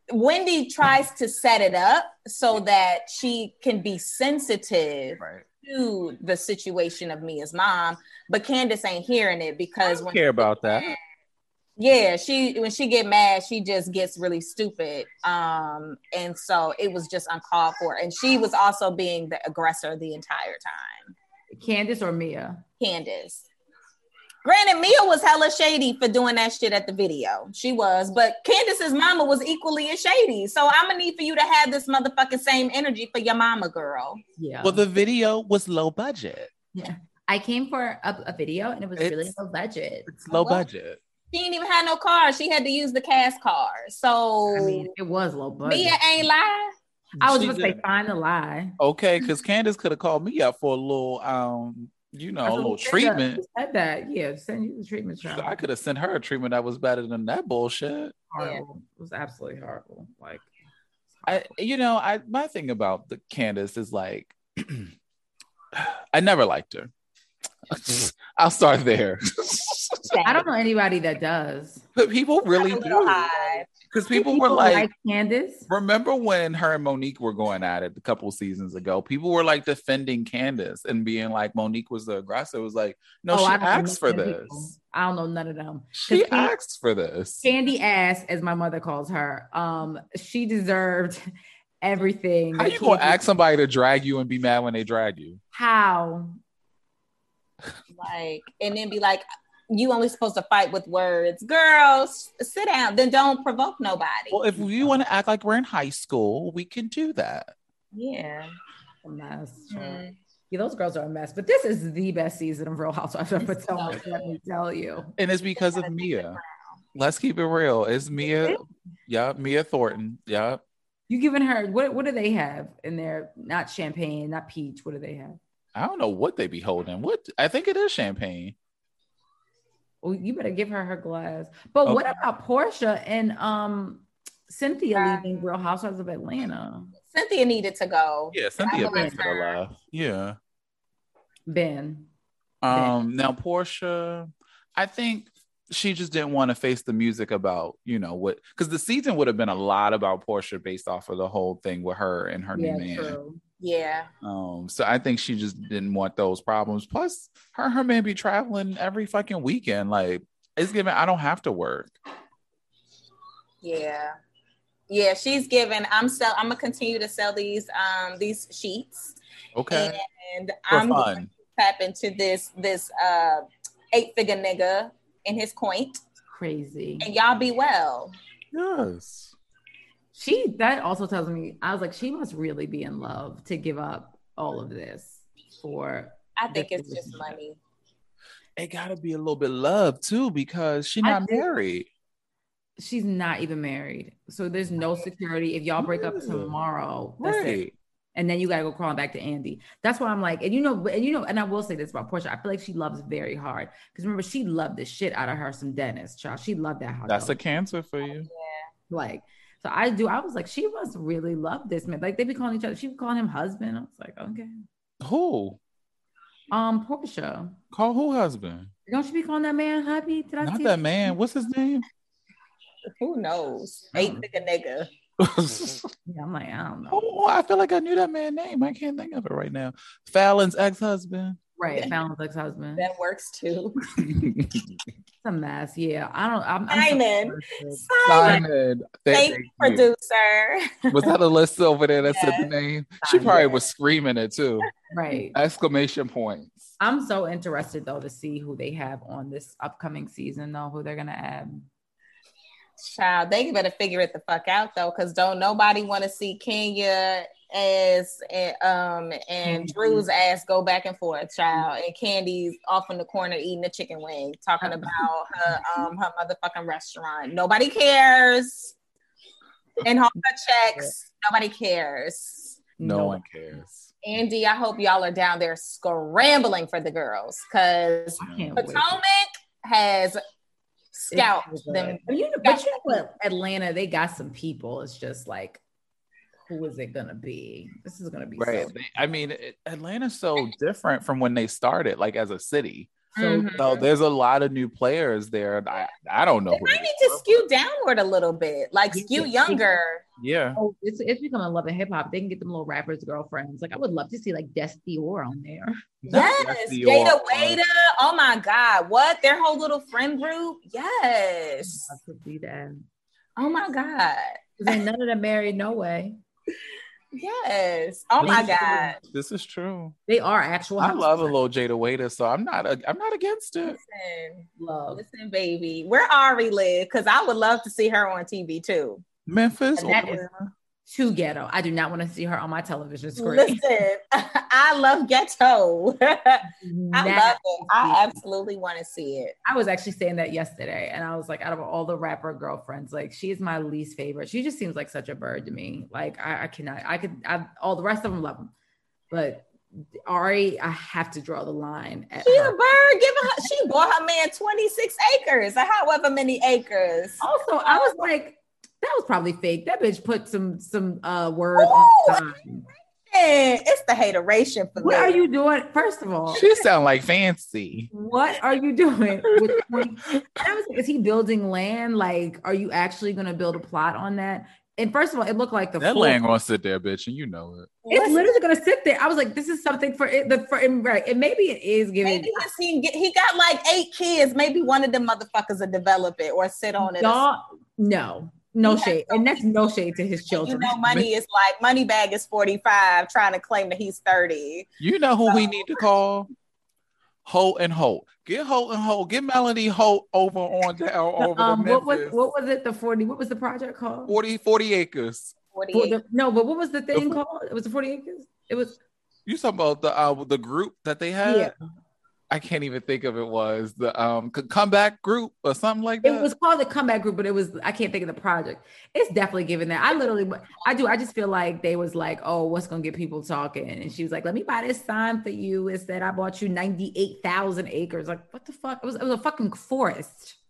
Speaker 5: But Wendy tries to set it up so that she can be sensitive
Speaker 4: Right.
Speaker 5: to the situation of Mia's mom, but Candace ain't hearing it because when
Speaker 4: Care about that.
Speaker 5: yeah she when she get mad she just gets really stupid um and so it was just uncalled for and she was also being the aggressor the entire time
Speaker 2: Candace or Mia?
Speaker 5: candace granted mia was hella shady for doing that shit at the video she was but candace's mama was equally as shady so i'm gonna need for you to have this motherfucking same energy for your mama girl
Speaker 2: Yeah.
Speaker 4: Well, the video was low budget.
Speaker 2: I came for a, a video and it was really
Speaker 4: It's-
Speaker 2: low budget.
Speaker 4: It's low
Speaker 5: What?
Speaker 4: budget.
Speaker 5: she didn't even have no car she had to use the cast car so
Speaker 2: I mean, it was low budget.
Speaker 5: mia ain't lying
Speaker 2: I was
Speaker 4: She
Speaker 2: supposed to
Speaker 4: did.
Speaker 2: say find the lie.
Speaker 4: Okay, because Candace could have called me up for a little um you know, a little treatment.
Speaker 2: Said that, yeah. Send you the treatment child.
Speaker 4: I could have sent her a treatment that was better than that bullshit.
Speaker 2: Horrible. It was absolutely horrible. Like,
Speaker 4: I, you know, I my thing about the Candace is like, I never liked her. I'll start there.
Speaker 2: I don't know anybody that does.
Speaker 4: But people really
Speaker 5: A
Speaker 4: do
Speaker 5: little high.
Speaker 4: because
Speaker 2: Do
Speaker 4: people, were like,
Speaker 2: Candace.
Speaker 4: remember when her and Monique were going at it a couple seasons ago? People were like defending Candace and being like Monique was the aggressor. It was like, no, she
Speaker 2: Oh, I don't know
Speaker 4: acts for
Speaker 2: none of
Speaker 4: this.
Speaker 2: them people. I don't know none of them.
Speaker 4: She
Speaker 2: 'Cause Candy-
Speaker 4: acts for this.
Speaker 2: Candy ass, as my mother calls her. Um, she deserved everything.
Speaker 4: How
Speaker 2: that
Speaker 4: you gonna
Speaker 2: Candy-
Speaker 4: ask somebody to drag you and be mad when they drag you?
Speaker 2: How?
Speaker 5: like and then be like you only supposed to fight with words girls sit down then don't provoke nobody
Speaker 4: Well, if you want to act like we're in high school, we can do that.
Speaker 5: yeah
Speaker 2: A mess.
Speaker 4: mm-hmm.
Speaker 2: child.
Speaker 5: Mm.
Speaker 2: Yeah, those girls are a mess. But this is the best season of Real Housewives of Potomac. let me tell you.
Speaker 4: And it's because of Mia. Let's keep it real. It's Mia. Yeah, Mia Thornton. Yeah.
Speaker 2: You giving her what? What do they have in there? Not champagne, not peach. What do they have?
Speaker 4: I don't know what they be holding. What I think it is champagne.
Speaker 2: Well, you better give her her glass. But what
Speaker 4: Okay.
Speaker 2: about Portia and um Cynthia
Speaker 5: Um,
Speaker 2: leaving Real Housewives of Atlanta?
Speaker 5: cynthia needed to go
Speaker 4: Yeah, Cynthia
Speaker 5: I
Speaker 4: been
Speaker 5: like
Speaker 4: to the
Speaker 5: her.
Speaker 4: left. Yeah.
Speaker 2: Ben,
Speaker 4: Um, now Portia, I think she just didn't want to face the music about, you know, what because the season would have been a lot about Portia based off of the whole thing with her and her
Speaker 2: yeah,
Speaker 4: new man.
Speaker 2: true.
Speaker 5: yeah
Speaker 4: Um, so I think she just didn't want those problems. Plus, her and her man be traveling every fucking weekend. Like it's given I don't have to work.
Speaker 5: yeah yeah she's given i'm sell i'm gonna continue to sell these um these sheets
Speaker 4: Okay.
Speaker 5: and
Speaker 4: For
Speaker 5: i'm going
Speaker 4: fun.
Speaker 5: to tap into this this uh eight figure nigga and his coint
Speaker 2: Crazy.
Speaker 5: and y'all be well
Speaker 4: Yes.
Speaker 2: She that also tells me I was like she must really be in love to give up all of this for.
Speaker 5: i think
Speaker 2: This
Speaker 5: it's
Speaker 2: is-
Speaker 5: just money
Speaker 4: It gotta be a little bit love too, because she
Speaker 2: I
Speaker 4: not
Speaker 2: think-
Speaker 4: married.
Speaker 2: She's not even married, so there's no security. If y'all break up
Speaker 4: Yeah.
Speaker 2: tomorrow, that's it.
Speaker 4: Right.
Speaker 2: and then you gotta go crawling back to Andy. That's why I'm like, and you know, and you know, and I will say this about Portia. I feel like she loves very hard because remember she loved the shit out of her some dentist child. She loved that hot
Speaker 4: That's a
Speaker 2: dog.
Speaker 4: cancer for you.
Speaker 2: like. So I do. I was like, she must really love this man. Like they be calling each other. She be calling him husband. I was like, okay.
Speaker 4: Who?
Speaker 2: Um, Portia,
Speaker 4: Call who husband?
Speaker 2: don't you be calling that man hubby? Did I
Speaker 4: Not
Speaker 2: see
Speaker 4: that man. What's his name?
Speaker 5: who knows
Speaker 4: Mm-hmm.
Speaker 5: eight figure nigga
Speaker 4: oh,
Speaker 2: Yeah, I'm like, I don't know.
Speaker 4: I feel like I knew that man's name. I can't think of it right now. Fallon's ex-husband.
Speaker 2: Right, Fallon's ex-husband.
Speaker 5: that works too
Speaker 2: It's a mess. Yeah, I don't. I'm, I'm
Speaker 5: Simon. Simon,
Speaker 4: Simon.
Speaker 5: thank
Speaker 4: Thank
Speaker 5: you,
Speaker 4: you.
Speaker 5: producer.
Speaker 4: Was that Alyssa over there that said the
Speaker 5: Yes.
Speaker 4: name? She probably was screaming it too.
Speaker 2: right.
Speaker 4: Exclamation points.
Speaker 2: I'm so interested though to see who they have on this upcoming season, though, who they're gonna add.
Speaker 5: Child, they better figure it the fuck out though, because don't nobody want to see Kenya as and, um and
Speaker 2: Mhm.
Speaker 5: Drew's ass go back and forth, child, and Candy's off in the corner eating a chicken wing, talking about her um her motherfucking restaurant. Nobody cares, and all her checks. Nobody cares.
Speaker 4: No, one cares.
Speaker 5: Andy, I hope y'all are down there scrambling for the girls, cause
Speaker 2: I can't wait.
Speaker 5: Potomac has scalped them.
Speaker 2: But you know, but you know what? Atlanta, they got some people. It's just like, who is it gonna be? This is gonna be
Speaker 4: Right.
Speaker 2: So,
Speaker 4: They- I mean, it, Atlanta's so different from when they started, like as a city.
Speaker 2: so
Speaker 5: Mhm.
Speaker 4: So there's a lot of new players there. I, I don't know. Who
Speaker 5: I need to skew downward a little bit, like
Speaker 2: Yeah.
Speaker 5: skew younger.
Speaker 4: yeah.
Speaker 2: oh, it's it's becoming love and hip hop. They can get them little rappers, girlfriends. Like I would love to see like Desti Orr on there.
Speaker 4: Not
Speaker 5: Yes,
Speaker 4: Dusty
Speaker 5: Jada
Speaker 4: or-
Speaker 5: Waiter. Oh my God, what their whole little friend group? Yes.
Speaker 2: I'd love to see that.
Speaker 5: Oh my God.
Speaker 2: 'Cause Ain't none of them married, no way.
Speaker 5: Yes. Oh my God.
Speaker 4: This is true.
Speaker 2: They are actual.
Speaker 4: I love a little Jada Waiter, so I'm not a, I'm not against it.
Speaker 5: Listen,
Speaker 2: love.
Speaker 5: listen, baby. Where Ari live? Because I would love to see her on TV too.
Speaker 4: Memphis.
Speaker 2: And that
Speaker 4: or-
Speaker 2: is too ghetto. I do not want to see her on my television screen.
Speaker 5: Listen, I love ghetto. I
Speaker 2: Not-
Speaker 5: love it. I absolutely want to see it.
Speaker 2: I was actually saying that yesterday, and I was like, out of all the rapper girlfriends, like she is my least favorite. She just seems like such a bird to me. Like I, I cannot, I could, I, all the rest of them love them, but Ari, I have to draw the line at
Speaker 5: She a
Speaker 2: her.
Speaker 5: bird. Give her. She bought her man twenty six acres, or however many acres.
Speaker 2: Also, I was like, that was probably fake. That bitch put some some uh words
Speaker 5: Ooh.
Speaker 2: on the sign.
Speaker 5: Man, it's the hateration for
Speaker 2: What
Speaker 5: me.
Speaker 2: are you doing? First of all,
Speaker 4: She sound like fancy.
Speaker 2: what are you doing with 20 and I was like, is he building land? Like, are you actually gonna build a plot on that? And first of all, it looked like the
Speaker 4: That
Speaker 2: full-
Speaker 4: land gonna sit there, bitch, and you know it.
Speaker 2: It's literally gonna sit there. I was like, this is something for it. The for and right, and maybe it is giving.
Speaker 5: Maybe it's- he, get- he got like eight kids. Maybe one of them motherfuckers will develop it or sit on it. or
Speaker 2: Y'all, no, no
Speaker 5: Yeah.
Speaker 2: shade, and that's no shade to his
Speaker 5: something.
Speaker 2: children.
Speaker 5: you know, money is like money bag is forty five, trying to claim that he's thirty.
Speaker 4: You know who we need to call? Holt and Holt. Get Holt and Holt. Get Melody Holt over on down over
Speaker 2: um,
Speaker 4: to
Speaker 2: what was
Speaker 4: Memphis.
Speaker 2: what was it? The forty. What was the project called?
Speaker 4: 40, 40 acres.
Speaker 5: Forty
Speaker 2: For
Speaker 5: eight.
Speaker 2: the- no, but what was the thing
Speaker 4: The-
Speaker 2: called? It was the forty acres. It was
Speaker 4: You talking about the uh, the group that they had?
Speaker 2: Yeah.
Speaker 4: I can't even think of it was the um c- comeback group or something like that.
Speaker 2: it was called the comeback group, but it was I can't think of the project. It's definitely given that. I literally I do. I just feel like they was like, oh, what's gonna get people talking? And she was like, let me buy this sign for you. It said I bought you ninety eight thousand acres. Like what the fuck? It was it was a fucking forest.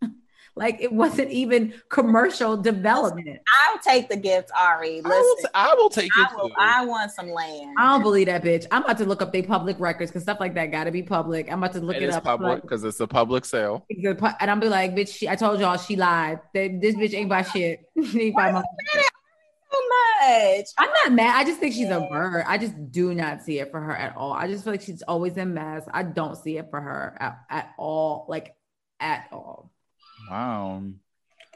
Speaker 2: like it wasn't even commercial development.
Speaker 5: I'll take the gift, Ari.
Speaker 4: I will, t-
Speaker 5: Listen,
Speaker 4: I will take
Speaker 5: I,
Speaker 4: it.
Speaker 5: will,
Speaker 4: too.
Speaker 5: I want some land.
Speaker 2: I don't believe that bitch. I'm about to look up their public records because stuff like that gotta be public. I'm about to look
Speaker 4: it
Speaker 2: it,
Speaker 4: is
Speaker 2: up.
Speaker 4: public because it's a public sale.
Speaker 2: Like, and I'm be like, bitch, she, I told y'all she lied. That this bitch ain't buy shit. She ain't buy my-
Speaker 5: so much.
Speaker 2: I'm not mad. I just think she's a bird. I just do not see it for her at all. I just feel like she's always in mess. I don't see it for her at, at all. Like at all.
Speaker 4: Wow.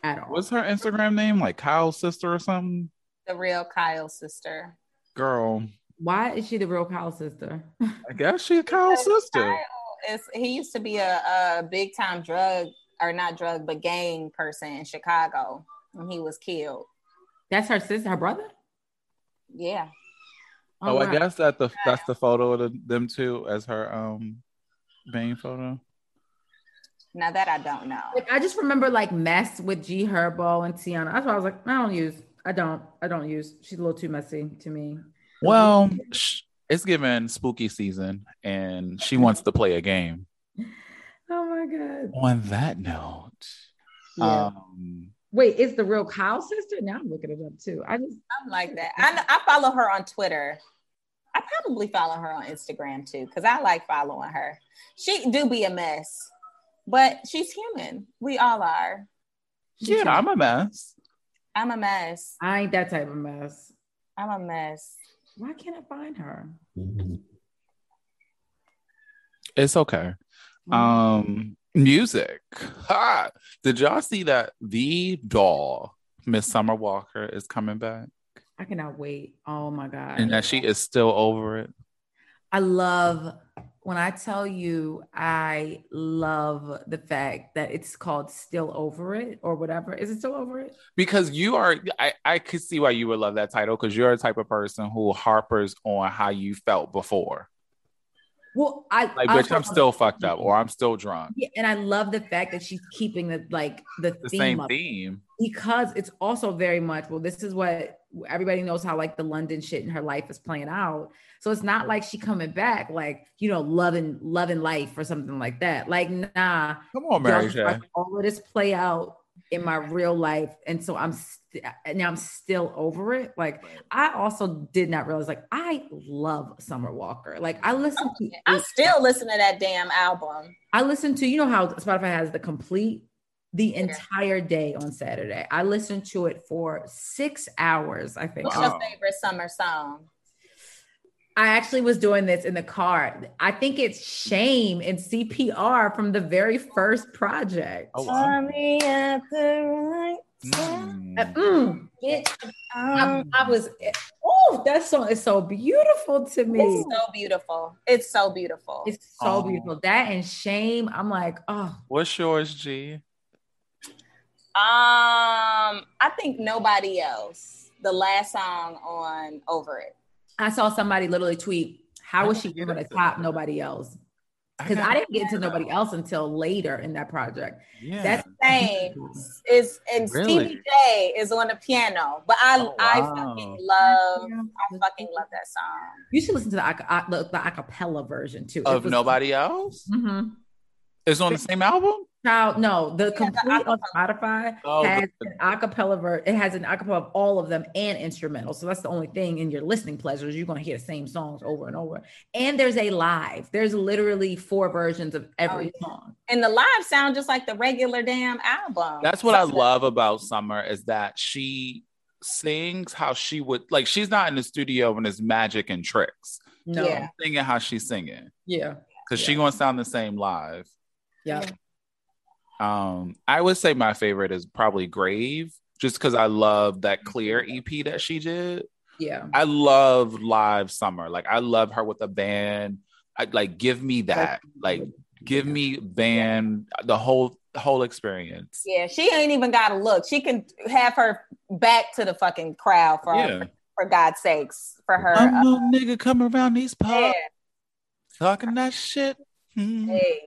Speaker 2: At all.
Speaker 4: What's her Instagram name? Like Kyle's sister or something?
Speaker 5: The real Kyle sister.
Speaker 4: Girl,
Speaker 2: Why is she the real Kyle sister?
Speaker 4: I guess she Kyle's sister.
Speaker 5: Kyle is he used to be a, a big time drug or not drug but gang person in Chicago and he was killed.
Speaker 2: That's her sister, her brother?
Speaker 5: Yeah.
Speaker 4: Oh,
Speaker 2: wow.
Speaker 4: I guess that the that's the photo of the, them two as her um main photo.
Speaker 5: Now that I don't know.
Speaker 2: Like, I just remember like mess with G Herbo and Tiana. That's why I was like, I don't use. I don't. I don't use. She's a little too messy to me.
Speaker 4: Well, sh- it's given spooky season, and she wants to play a game.
Speaker 2: Oh my god.
Speaker 4: On that note,
Speaker 2: Yeah.
Speaker 4: um,
Speaker 2: Wait, it's the real Kyle sister? Now I'm looking it up too. I just
Speaker 5: I'm like that. I know, I follow her on Twitter. I probably follow her on Instagram too cuz I like following her. She do be a mess. But she's human. We all are.
Speaker 4: yeah, I'm a mess.
Speaker 5: I'm a mess.
Speaker 2: I ain't that type of mess.
Speaker 5: I'm a mess.
Speaker 2: Why can't I find her?
Speaker 4: It's okay. Um, music. Ha! Did y'all see that the doll Miss Summer Walker is coming back,
Speaker 2: I cannot wait. Oh my god.
Speaker 4: and that she is still over it?
Speaker 2: I love when I tell you I love the fact that it's called Still Over It or whatever. Is it still over it?
Speaker 4: because you are I, I could see why you would love that title because you're a type of person who harpers on how you felt before
Speaker 2: Well, I
Speaker 4: like
Speaker 2: I
Speaker 4: bitch i'm
Speaker 2: love-
Speaker 4: still fucked up or i'm still drunk
Speaker 2: Yeah, and I love the fact that she's keeping the like the,
Speaker 4: the
Speaker 2: theme
Speaker 4: same
Speaker 2: up
Speaker 4: theme
Speaker 2: because it's also very much well this is what everybody knows how like the london shit in her life is playing out so it's not like she coming back like you know loving loving life or something like that like nah
Speaker 4: come on
Speaker 2: y'all
Speaker 4: mary
Speaker 2: just
Speaker 4: j
Speaker 2: watch all of this play out in my real life and so i'm st- now i'm still over it like i also did not realize like i love summer walker like i listen to
Speaker 5: I'm still listening to that damn album.
Speaker 2: I listened to, you know how Spotify has the complete the
Speaker 5: Yeah.
Speaker 2: entire day on Saturday. I listened to it for six hours, I think.
Speaker 5: What's
Speaker 4: Wow.
Speaker 5: your favorite summer song?
Speaker 2: I actually was doing this in the car. I think it's Shame and CPR from the very first project.
Speaker 4: oh, wow.
Speaker 5: at the
Speaker 2: Uh,
Speaker 4: Mm.
Speaker 2: mm, bitch, I, I was, oh, that song is so beautiful to me.
Speaker 5: It's so beautiful. It's so beautiful.
Speaker 2: It's so
Speaker 4: Oh.
Speaker 2: beautiful. That and Shame, I'm like, oh,
Speaker 4: what's yours g
Speaker 5: um, I think nobody else. The last song on Over It.
Speaker 2: I saw somebody literally tweet, how
Speaker 4: I
Speaker 2: was
Speaker 4: didn't
Speaker 2: she
Speaker 4: get
Speaker 2: able to
Speaker 4: into
Speaker 2: top
Speaker 4: that.
Speaker 2: nobody else? because I, didn't get to nobody else until later in that project.
Speaker 4: Yeah.
Speaker 2: That's
Speaker 5: Same. Is and
Speaker 4: Really?
Speaker 5: Stevie J is on the piano, but I
Speaker 4: Oh,
Speaker 5: I
Speaker 4: wow.
Speaker 5: fucking love I fucking love that song.
Speaker 2: you should listen to the aca- uh, the, the acapella version too.
Speaker 4: of
Speaker 2: It was-
Speaker 4: nobody else.
Speaker 2: Mhm.
Speaker 4: It's on the same album.
Speaker 2: Child, no, the
Speaker 5: the
Speaker 2: complete on Spotify
Speaker 4: Oh,
Speaker 2: has
Speaker 4: the-
Speaker 2: an acapella ver- It has an acapella of all of them and instrumental. So that's the only thing in your listening pleasures. You're gonna hear the same songs over and over. And there's a live. There's literally four versions of every song.
Speaker 5: And the live sound just like the regular damn album.
Speaker 4: That's what I love about Summer is that she sings how she would like. She's not in the studio and it's magic and tricks.
Speaker 2: No,
Speaker 5: Yeah.
Speaker 2: yeah,
Speaker 4: Singing how she's singing
Speaker 2: yeah,
Speaker 4: because she gonna sound the same live.
Speaker 2: yeah.
Speaker 4: Um, I would say my favorite is probably Grave, just because I love that clear EP that she did. I love live summer. Like I love her with a band. I, like give me that. Like give me band the whole whole experience.
Speaker 5: Yeah, she ain't even got to look. She can have her back to the fucking crowd for
Speaker 4: Yeah.
Speaker 5: for God's sakes for her.
Speaker 4: One
Speaker 5: Uh,
Speaker 4: little nigga come around these
Speaker 5: yeah,
Speaker 4: pubs talking that shit. Mm.
Speaker 5: hey.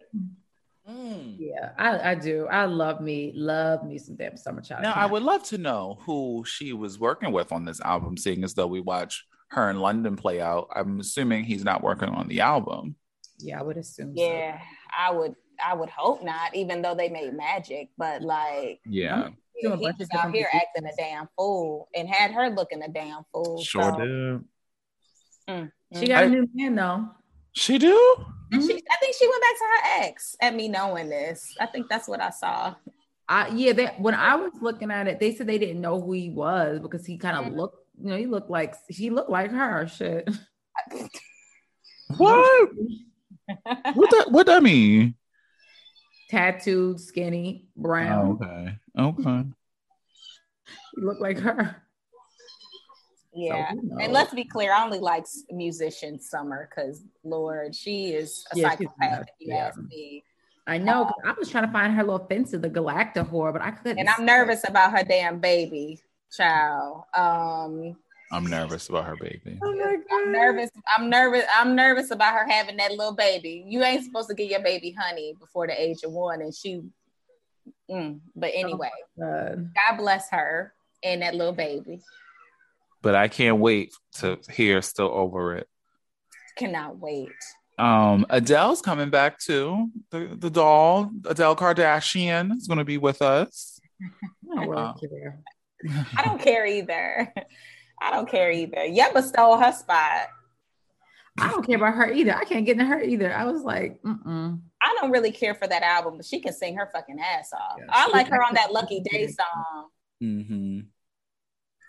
Speaker 4: Mm.
Speaker 2: Yeah, I, I do. I love me, love me some damn summer child.
Speaker 4: Now
Speaker 2: Come
Speaker 4: I
Speaker 2: on.
Speaker 4: would love to know who she was working with on this album, seeing as though we watch her in London play out. I'm assuming he's not working on the album.
Speaker 2: Yeah, I would assume. so.
Speaker 5: yeah. I would I would hope not, even though they made magic, but like
Speaker 4: Yeah,
Speaker 5: he
Speaker 2: Doing a bunch of
Speaker 5: was out
Speaker 2: different
Speaker 5: here
Speaker 2: positions.
Speaker 5: acting a damn fool and had her looking a damn fool.
Speaker 4: sure
Speaker 5: so-
Speaker 4: do.
Speaker 2: She got a
Speaker 4: I-
Speaker 2: new man though.
Speaker 4: She do.
Speaker 5: And she, I think she went back to her ex at me knowing this. I think that's what I saw.
Speaker 2: I, yeah, they, when I was looking at it, they said they didn't know who he was because he kind of looked, you know, he looked like he looked like her. Shit,
Speaker 4: What? what that? What that mean?
Speaker 2: tattooed, skinny,
Speaker 4: Oh,
Speaker 2: brown.
Speaker 4: okay. Okay.
Speaker 2: He looked like her. So
Speaker 5: Yeah.
Speaker 2: who knows?
Speaker 5: And let's be clear, I only like s- musician Summer because Lord, she is a
Speaker 2: Yeah, she's
Speaker 5: psychopath.
Speaker 2: nuts,
Speaker 5: If you
Speaker 2: yeah.
Speaker 5: ask me,
Speaker 2: I know. 'cause I was trying to find her little fence to the Galacta whore, but I couldn't.
Speaker 5: and I'm nervous about her damn baby child. Um,
Speaker 4: I'm nervous about her baby.
Speaker 2: Oh
Speaker 5: I'm nervous. I'm nervous. I'm nervous about her having that little baby. You ain't supposed to give your baby honey before the age of one, and she. Mm, but
Speaker 4: Oh.
Speaker 5: anyway,
Speaker 2: Uh,
Speaker 5: God bless her and that little baby.
Speaker 4: But I can't wait to hear still over it.
Speaker 5: Cannot wait.
Speaker 4: Um, Adele's coming back too. The the doll, Adele Kardashian is gonna be with us.
Speaker 2: I don't really
Speaker 5: Uh-uh.
Speaker 4: Uh,
Speaker 2: care.
Speaker 5: I don't care either. I don't care either. Yeba stole her spot.
Speaker 2: I don't care about her either. I can't get into her either. I was like, mm-mm.
Speaker 5: I don't really care for that album, but she can sing her fucking ass off.
Speaker 4: Yeah,
Speaker 5: I
Speaker 4: she-
Speaker 5: like her on that Lucky Day song.
Speaker 4: Mm-hmm.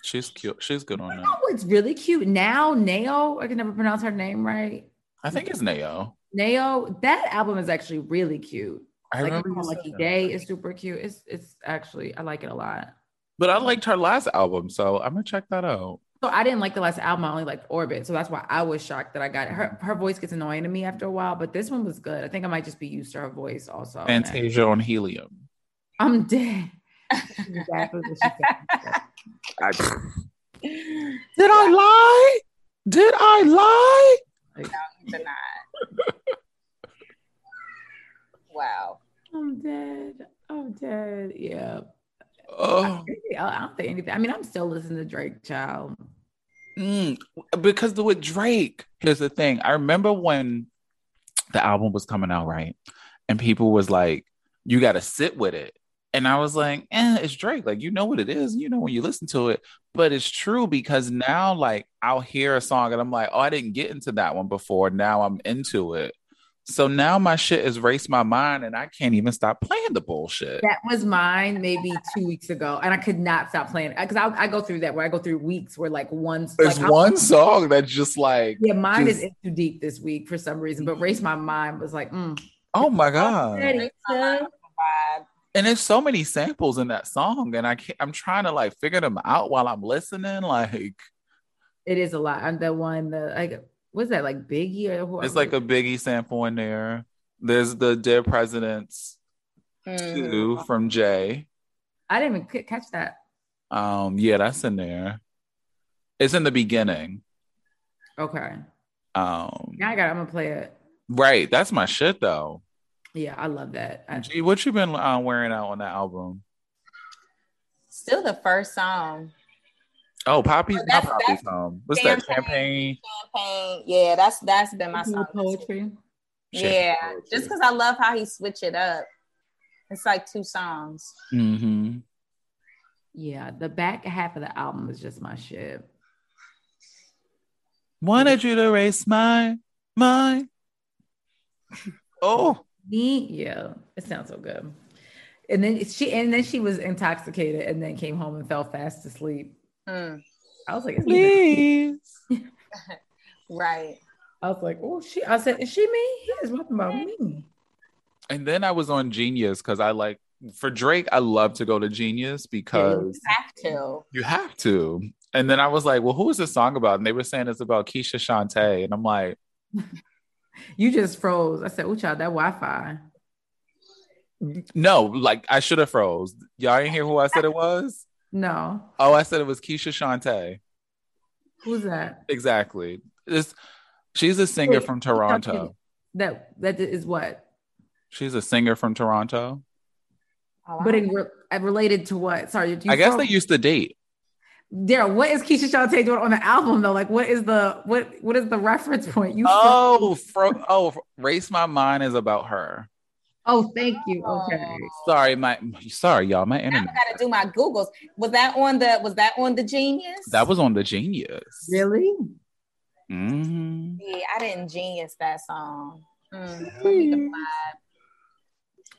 Speaker 4: She's cute. She's good on
Speaker 2: You
Speaker 4: that.
Speaker 2: know what's really cute now? Nao, I can never pronounce her name right.
Speaker 4: I think it's Nao.
Speaker 2: Nao, that album is actually really cute.
Speaker 4: I
Speaker 2: like it's
Speaker 4: remember you
Speaker 2: called
Speaker 4: said
Speaker 2: Lucky
Speaker 4: that.
Speaker 2: Day is super cute. It's it's actually I like it a lot.
Speaker 4: But I liked her last album, so I'm gonna check that out.
Speaker 2: So I didn't like the last album. I only liked Orbit, so that's why I was shocked that I got it. Her her voice gets annoying to me after a while, but this one was good. I think I might just be used to her voice also.
Speaker 4: Fantasia on Helium.
Speaker 2: I'm dead. That's exactly what she said.
Speaker 4: Did I lie? Did I lie?
Speaker 5: Denied. wow.
Speaker 2: I'm dead. I'm dead. Yeah.
Speaker 4: Oh.
Speaker 2: I don't think anything. I mean, I'm still listening to Drake, child.
Speaker 4: Mm, because the, with Drake, here's the thing. I remember when the album was coming out, right? And people was like, you got to sit with it. And I was like, eh, it's Drake. Like, you know what it is. You know when you listen to it. But it's true because now, like, I'll hear a song and I'm like, oh, I didn't get into that one before. Now I'm into it. So now my shit has raced my mind and I can't even stop playing the bullshit.
Speaker 2: That was mine maybe two weeks ago, and I could not stop playing it because I, I go through that where I go through weeks where like one
Speaker 4: There's
Speaker 2: like I'll-
Speaker 4: one song that's just like,
Speaker 2: yeah mine
Speaker 4: just-
Speaker 2: is in too deep this week for some reason, but race my mind was like mm,
Speaker 4: oh my God.
Speaker 2: Ready to-
Speaker 5: Vibe.
Speaker 4: and there's so many samples in that song and i can't i'm trying to like figure them out while i'm listening like
Speaker 2: it is a lot. I'm the one the like was that like Biggie or who?
Speaker 4: it's like a biggie sample in there there's the dead presidents
Speaker 5: Mm.
Speaker 4: two from jay
Speaker 2: I didn't even c- catch that.
Speaker 4: um yeah that's in there it's in the beginning
Speaker 2: Okay,
Speaker 4: um
Speaker 2: now I got. I'm gonna play it.
Speaker 4: Right, that's my shit though.
Speaker 2: Yeah, I love that. I,
Speaker 4: Gee, what you been uh, wearing out on that album?
Speaker 5: Still the first song.
Speaker 4: Oh, Poppy's not
Speaker 5: That's-
Speaker 4: Poppy's
Speaker 5: that's
Speaker 4: home. What's that
Speaker 5: champagne.
Speaker 4: champagne?
Speaker 5: Champagne. Yeah, that's that's been my song.
Speaker 7: poetry.
Speaker 5: Yeah, just because I love how he switch it up. It's like two songs.
Speaker 4: Mm-hmm.
Speaker 2: yeah, the back half of the album is just my shit.
Speaker 4: Wanted you to erase my mind. Oh,
Speaker 2: Me, yeah, it sounds so good. And then she and then she was intoxicated and then came home and fell fast asleep.
Speaker 5: Mm,
Speaker 2: I was like, it's me.
Speaker 4: please.
Speaker 5: right.
Speaker 2: I was like, oh, she. I said, is she me? He is rapping about me.
Speaker 4: And then I was on Genius because I like for Drake. I love to go to Genius because
Speaker 5: Have to. Oh,
Speaker 4: you have to. And then I was like, well, who is this song about? And they were saying it's about Keisha Shantae, and I'm like,
Speaker 2: You just froze. I said, oh, child, that Wi-Fi.
Speaker 4: no, like I should have froze. Y'all ain't hear who I said it was.
Speaker 2: No,
Speaker 4: Oh, I said it was Keisha Shantae.
Speaker 2: who's that?
Speaker 4: Exactly. This she's a singer
Speaker 2: Wait,
Speaker 4: from Toronto.
Speaker 2: That that is what.
Speaker 4: She's a singer from Toronto.
Speaker 5: Oh,
Speaker 2: But
Speaker 5: I-
Speaker 2: in re- uh, related to what? Sorry, you
Speaker 4: I guess
Speaker 2: froze.
Speaker 4: they used to date.
Speaker 2: Daryl, what is Keisha Shantae doing on the album though? Like, what is the what what is the reference point? You
Speaker 4: Oh, fro- oh, race my mind is about her.
Speaker 2: oh, thank you. Okay,
Speaker 4: Sorry, my sorry, y'all. My
Speaker 5: I
Speaker 4: internet.
Speaker 5: gotta do my Googles. Was that on the was that on the genius?
Speaker 4: That was on the Genius.
Speaker 2: really?
Speaker 4: hmm
Speaker 5: yeah, I didn't genius that song. Mm,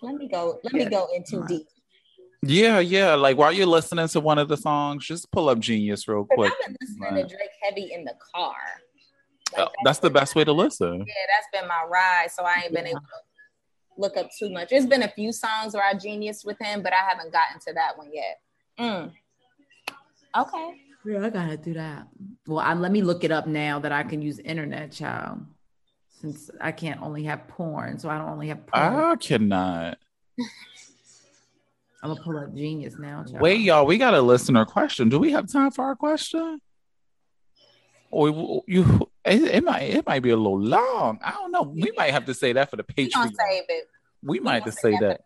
Speaker 5: let, me go, let me go let me
Speaker 2: Yeah.
Speaker 5: go into deep.
Speaker 4: Yeah, yeah. Like while you're listening to one of the songs, just pull up Genius real
Speaker 5: Because
Speaker 4: quick.
Speaker 5: I've been listening to Drake heavy in the car. Like,
Speaker 4: Uh, That's the best way to listen.
Speaker 5: Yeah, that's been my ride. So I ain't been able to look up too much. It's been a few songs where I genius with him, but I haven't gotten to that one yet. Mm. Okay.
Speaker 2: Yeah, I gotta do that. Well, I, let me look it up now that I can use internet, child. Since I can't only have porn, so I don't only have porn.
Speaker 4: I cannot.
Speaker 2: I'm gonna pull up Genius now. Child.
Speaker 4: Wait, y'all, we got a listener question. Do we have time for our question? Or you, it, it might, it might be a little long. I don't know. We might have to say that for the
Speaker 5: We're gonna
Speaker 4: Patreon.
Speaker 5: save it.
Speaker 4: We
Speaker 5: We
Speaker 4: might have
Speaker 5: gonna
Speaker 4: to say
Speaker 5: for
Speaker 4: that.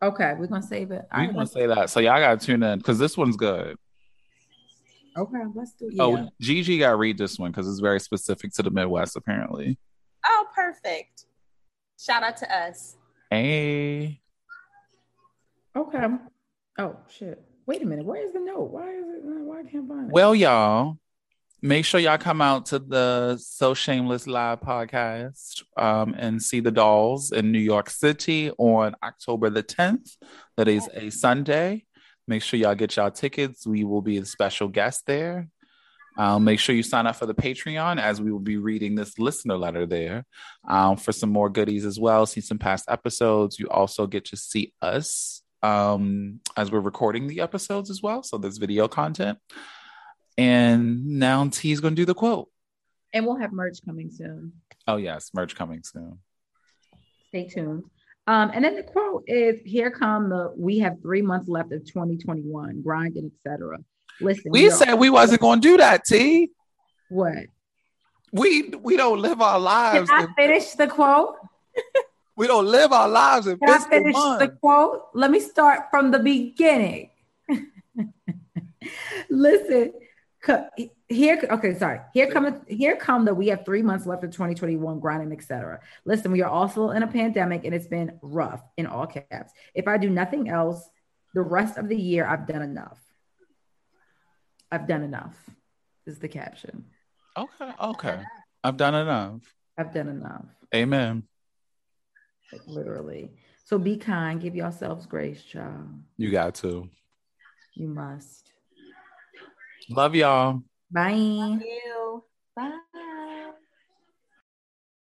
Speaker 5: the Patreon.
Speaker 2: Okay, we're gonna save it. All
Speaker 4: We
Speaker 2: right,
Speaker 4: want to say that. So y'all gotta tune in because this one's good.
Speaker 2: okay, let's do. Yeah.
Speaker 4: Oh, Gigi gotta read this one because it's very specific to the Midwest, apparently.
Speaker 5: Oh, perfect. Shout out to us.
Speaker 4: Hey,
Speaker 2: Okay. Oh shit. Wait a minute. Where is the note? Why is it? Why I can't find it?
Speaker 4: well, y'all, make sure y'all come out to the So Shameless Live podcast um, and see the dolls in New York City on October the 10th. That is a Sunday. Make sure y'all get y'all tickets. We will be a special guest there. Um, make sure you sign up for the Patreon as we will be reading this listener letter there um, for some more goodies as well. See some past episodes. You also get to see us um, as we're recording the episodes as well. So there's video content. And now T's going to do the quote.
Speaker 2: and we'll have merch coming soon.
Speaker 4: Oh, yes, merch coming soon.
Speaker 2: Stay tuned. Um, and then the quote is here come the we have three months left of 2021, grinding, etc. Listen,
Speaker 4: We
Speaker 2: don't-
Speaker 4: said we wasn't going to do that, T.
Speaker 2: what?
Speaker 4: We we don't live our
Speaker 2: Can
Speaker 4: lives.
Speaker 2: I
Speaker 4: in-
Speaker 2: finish the quote?
Speaker 4: we don't live our lives in
Speaker 2: Can I
Speaker 4: fiscal
Speaker 2: finish
Speaker 4: month.
Speaker 2: the quote? Let me start from the beginning. Listen, co- here. Okay, sorry. Here come here come that we have three months left of 2021 grinding, etc. Listen, we are also in a pandemic and it's been rough in all caps. If I do nothing else, the rest of the year I've done enough. I've done enough. Is the caption.
Speaker 4: Okay, okay. I've done enough.
Speaker 2: I've done enough.
Speaker 4: Amen.
Speaker 2: Like, literally. So be kind. Give yourselves grace, child.
Speaker 4: You got to.
Speaker 2: You must.
Speaker 4: Love y'all.
Speaker 2: Bye.
Speaker 5: You. Bye.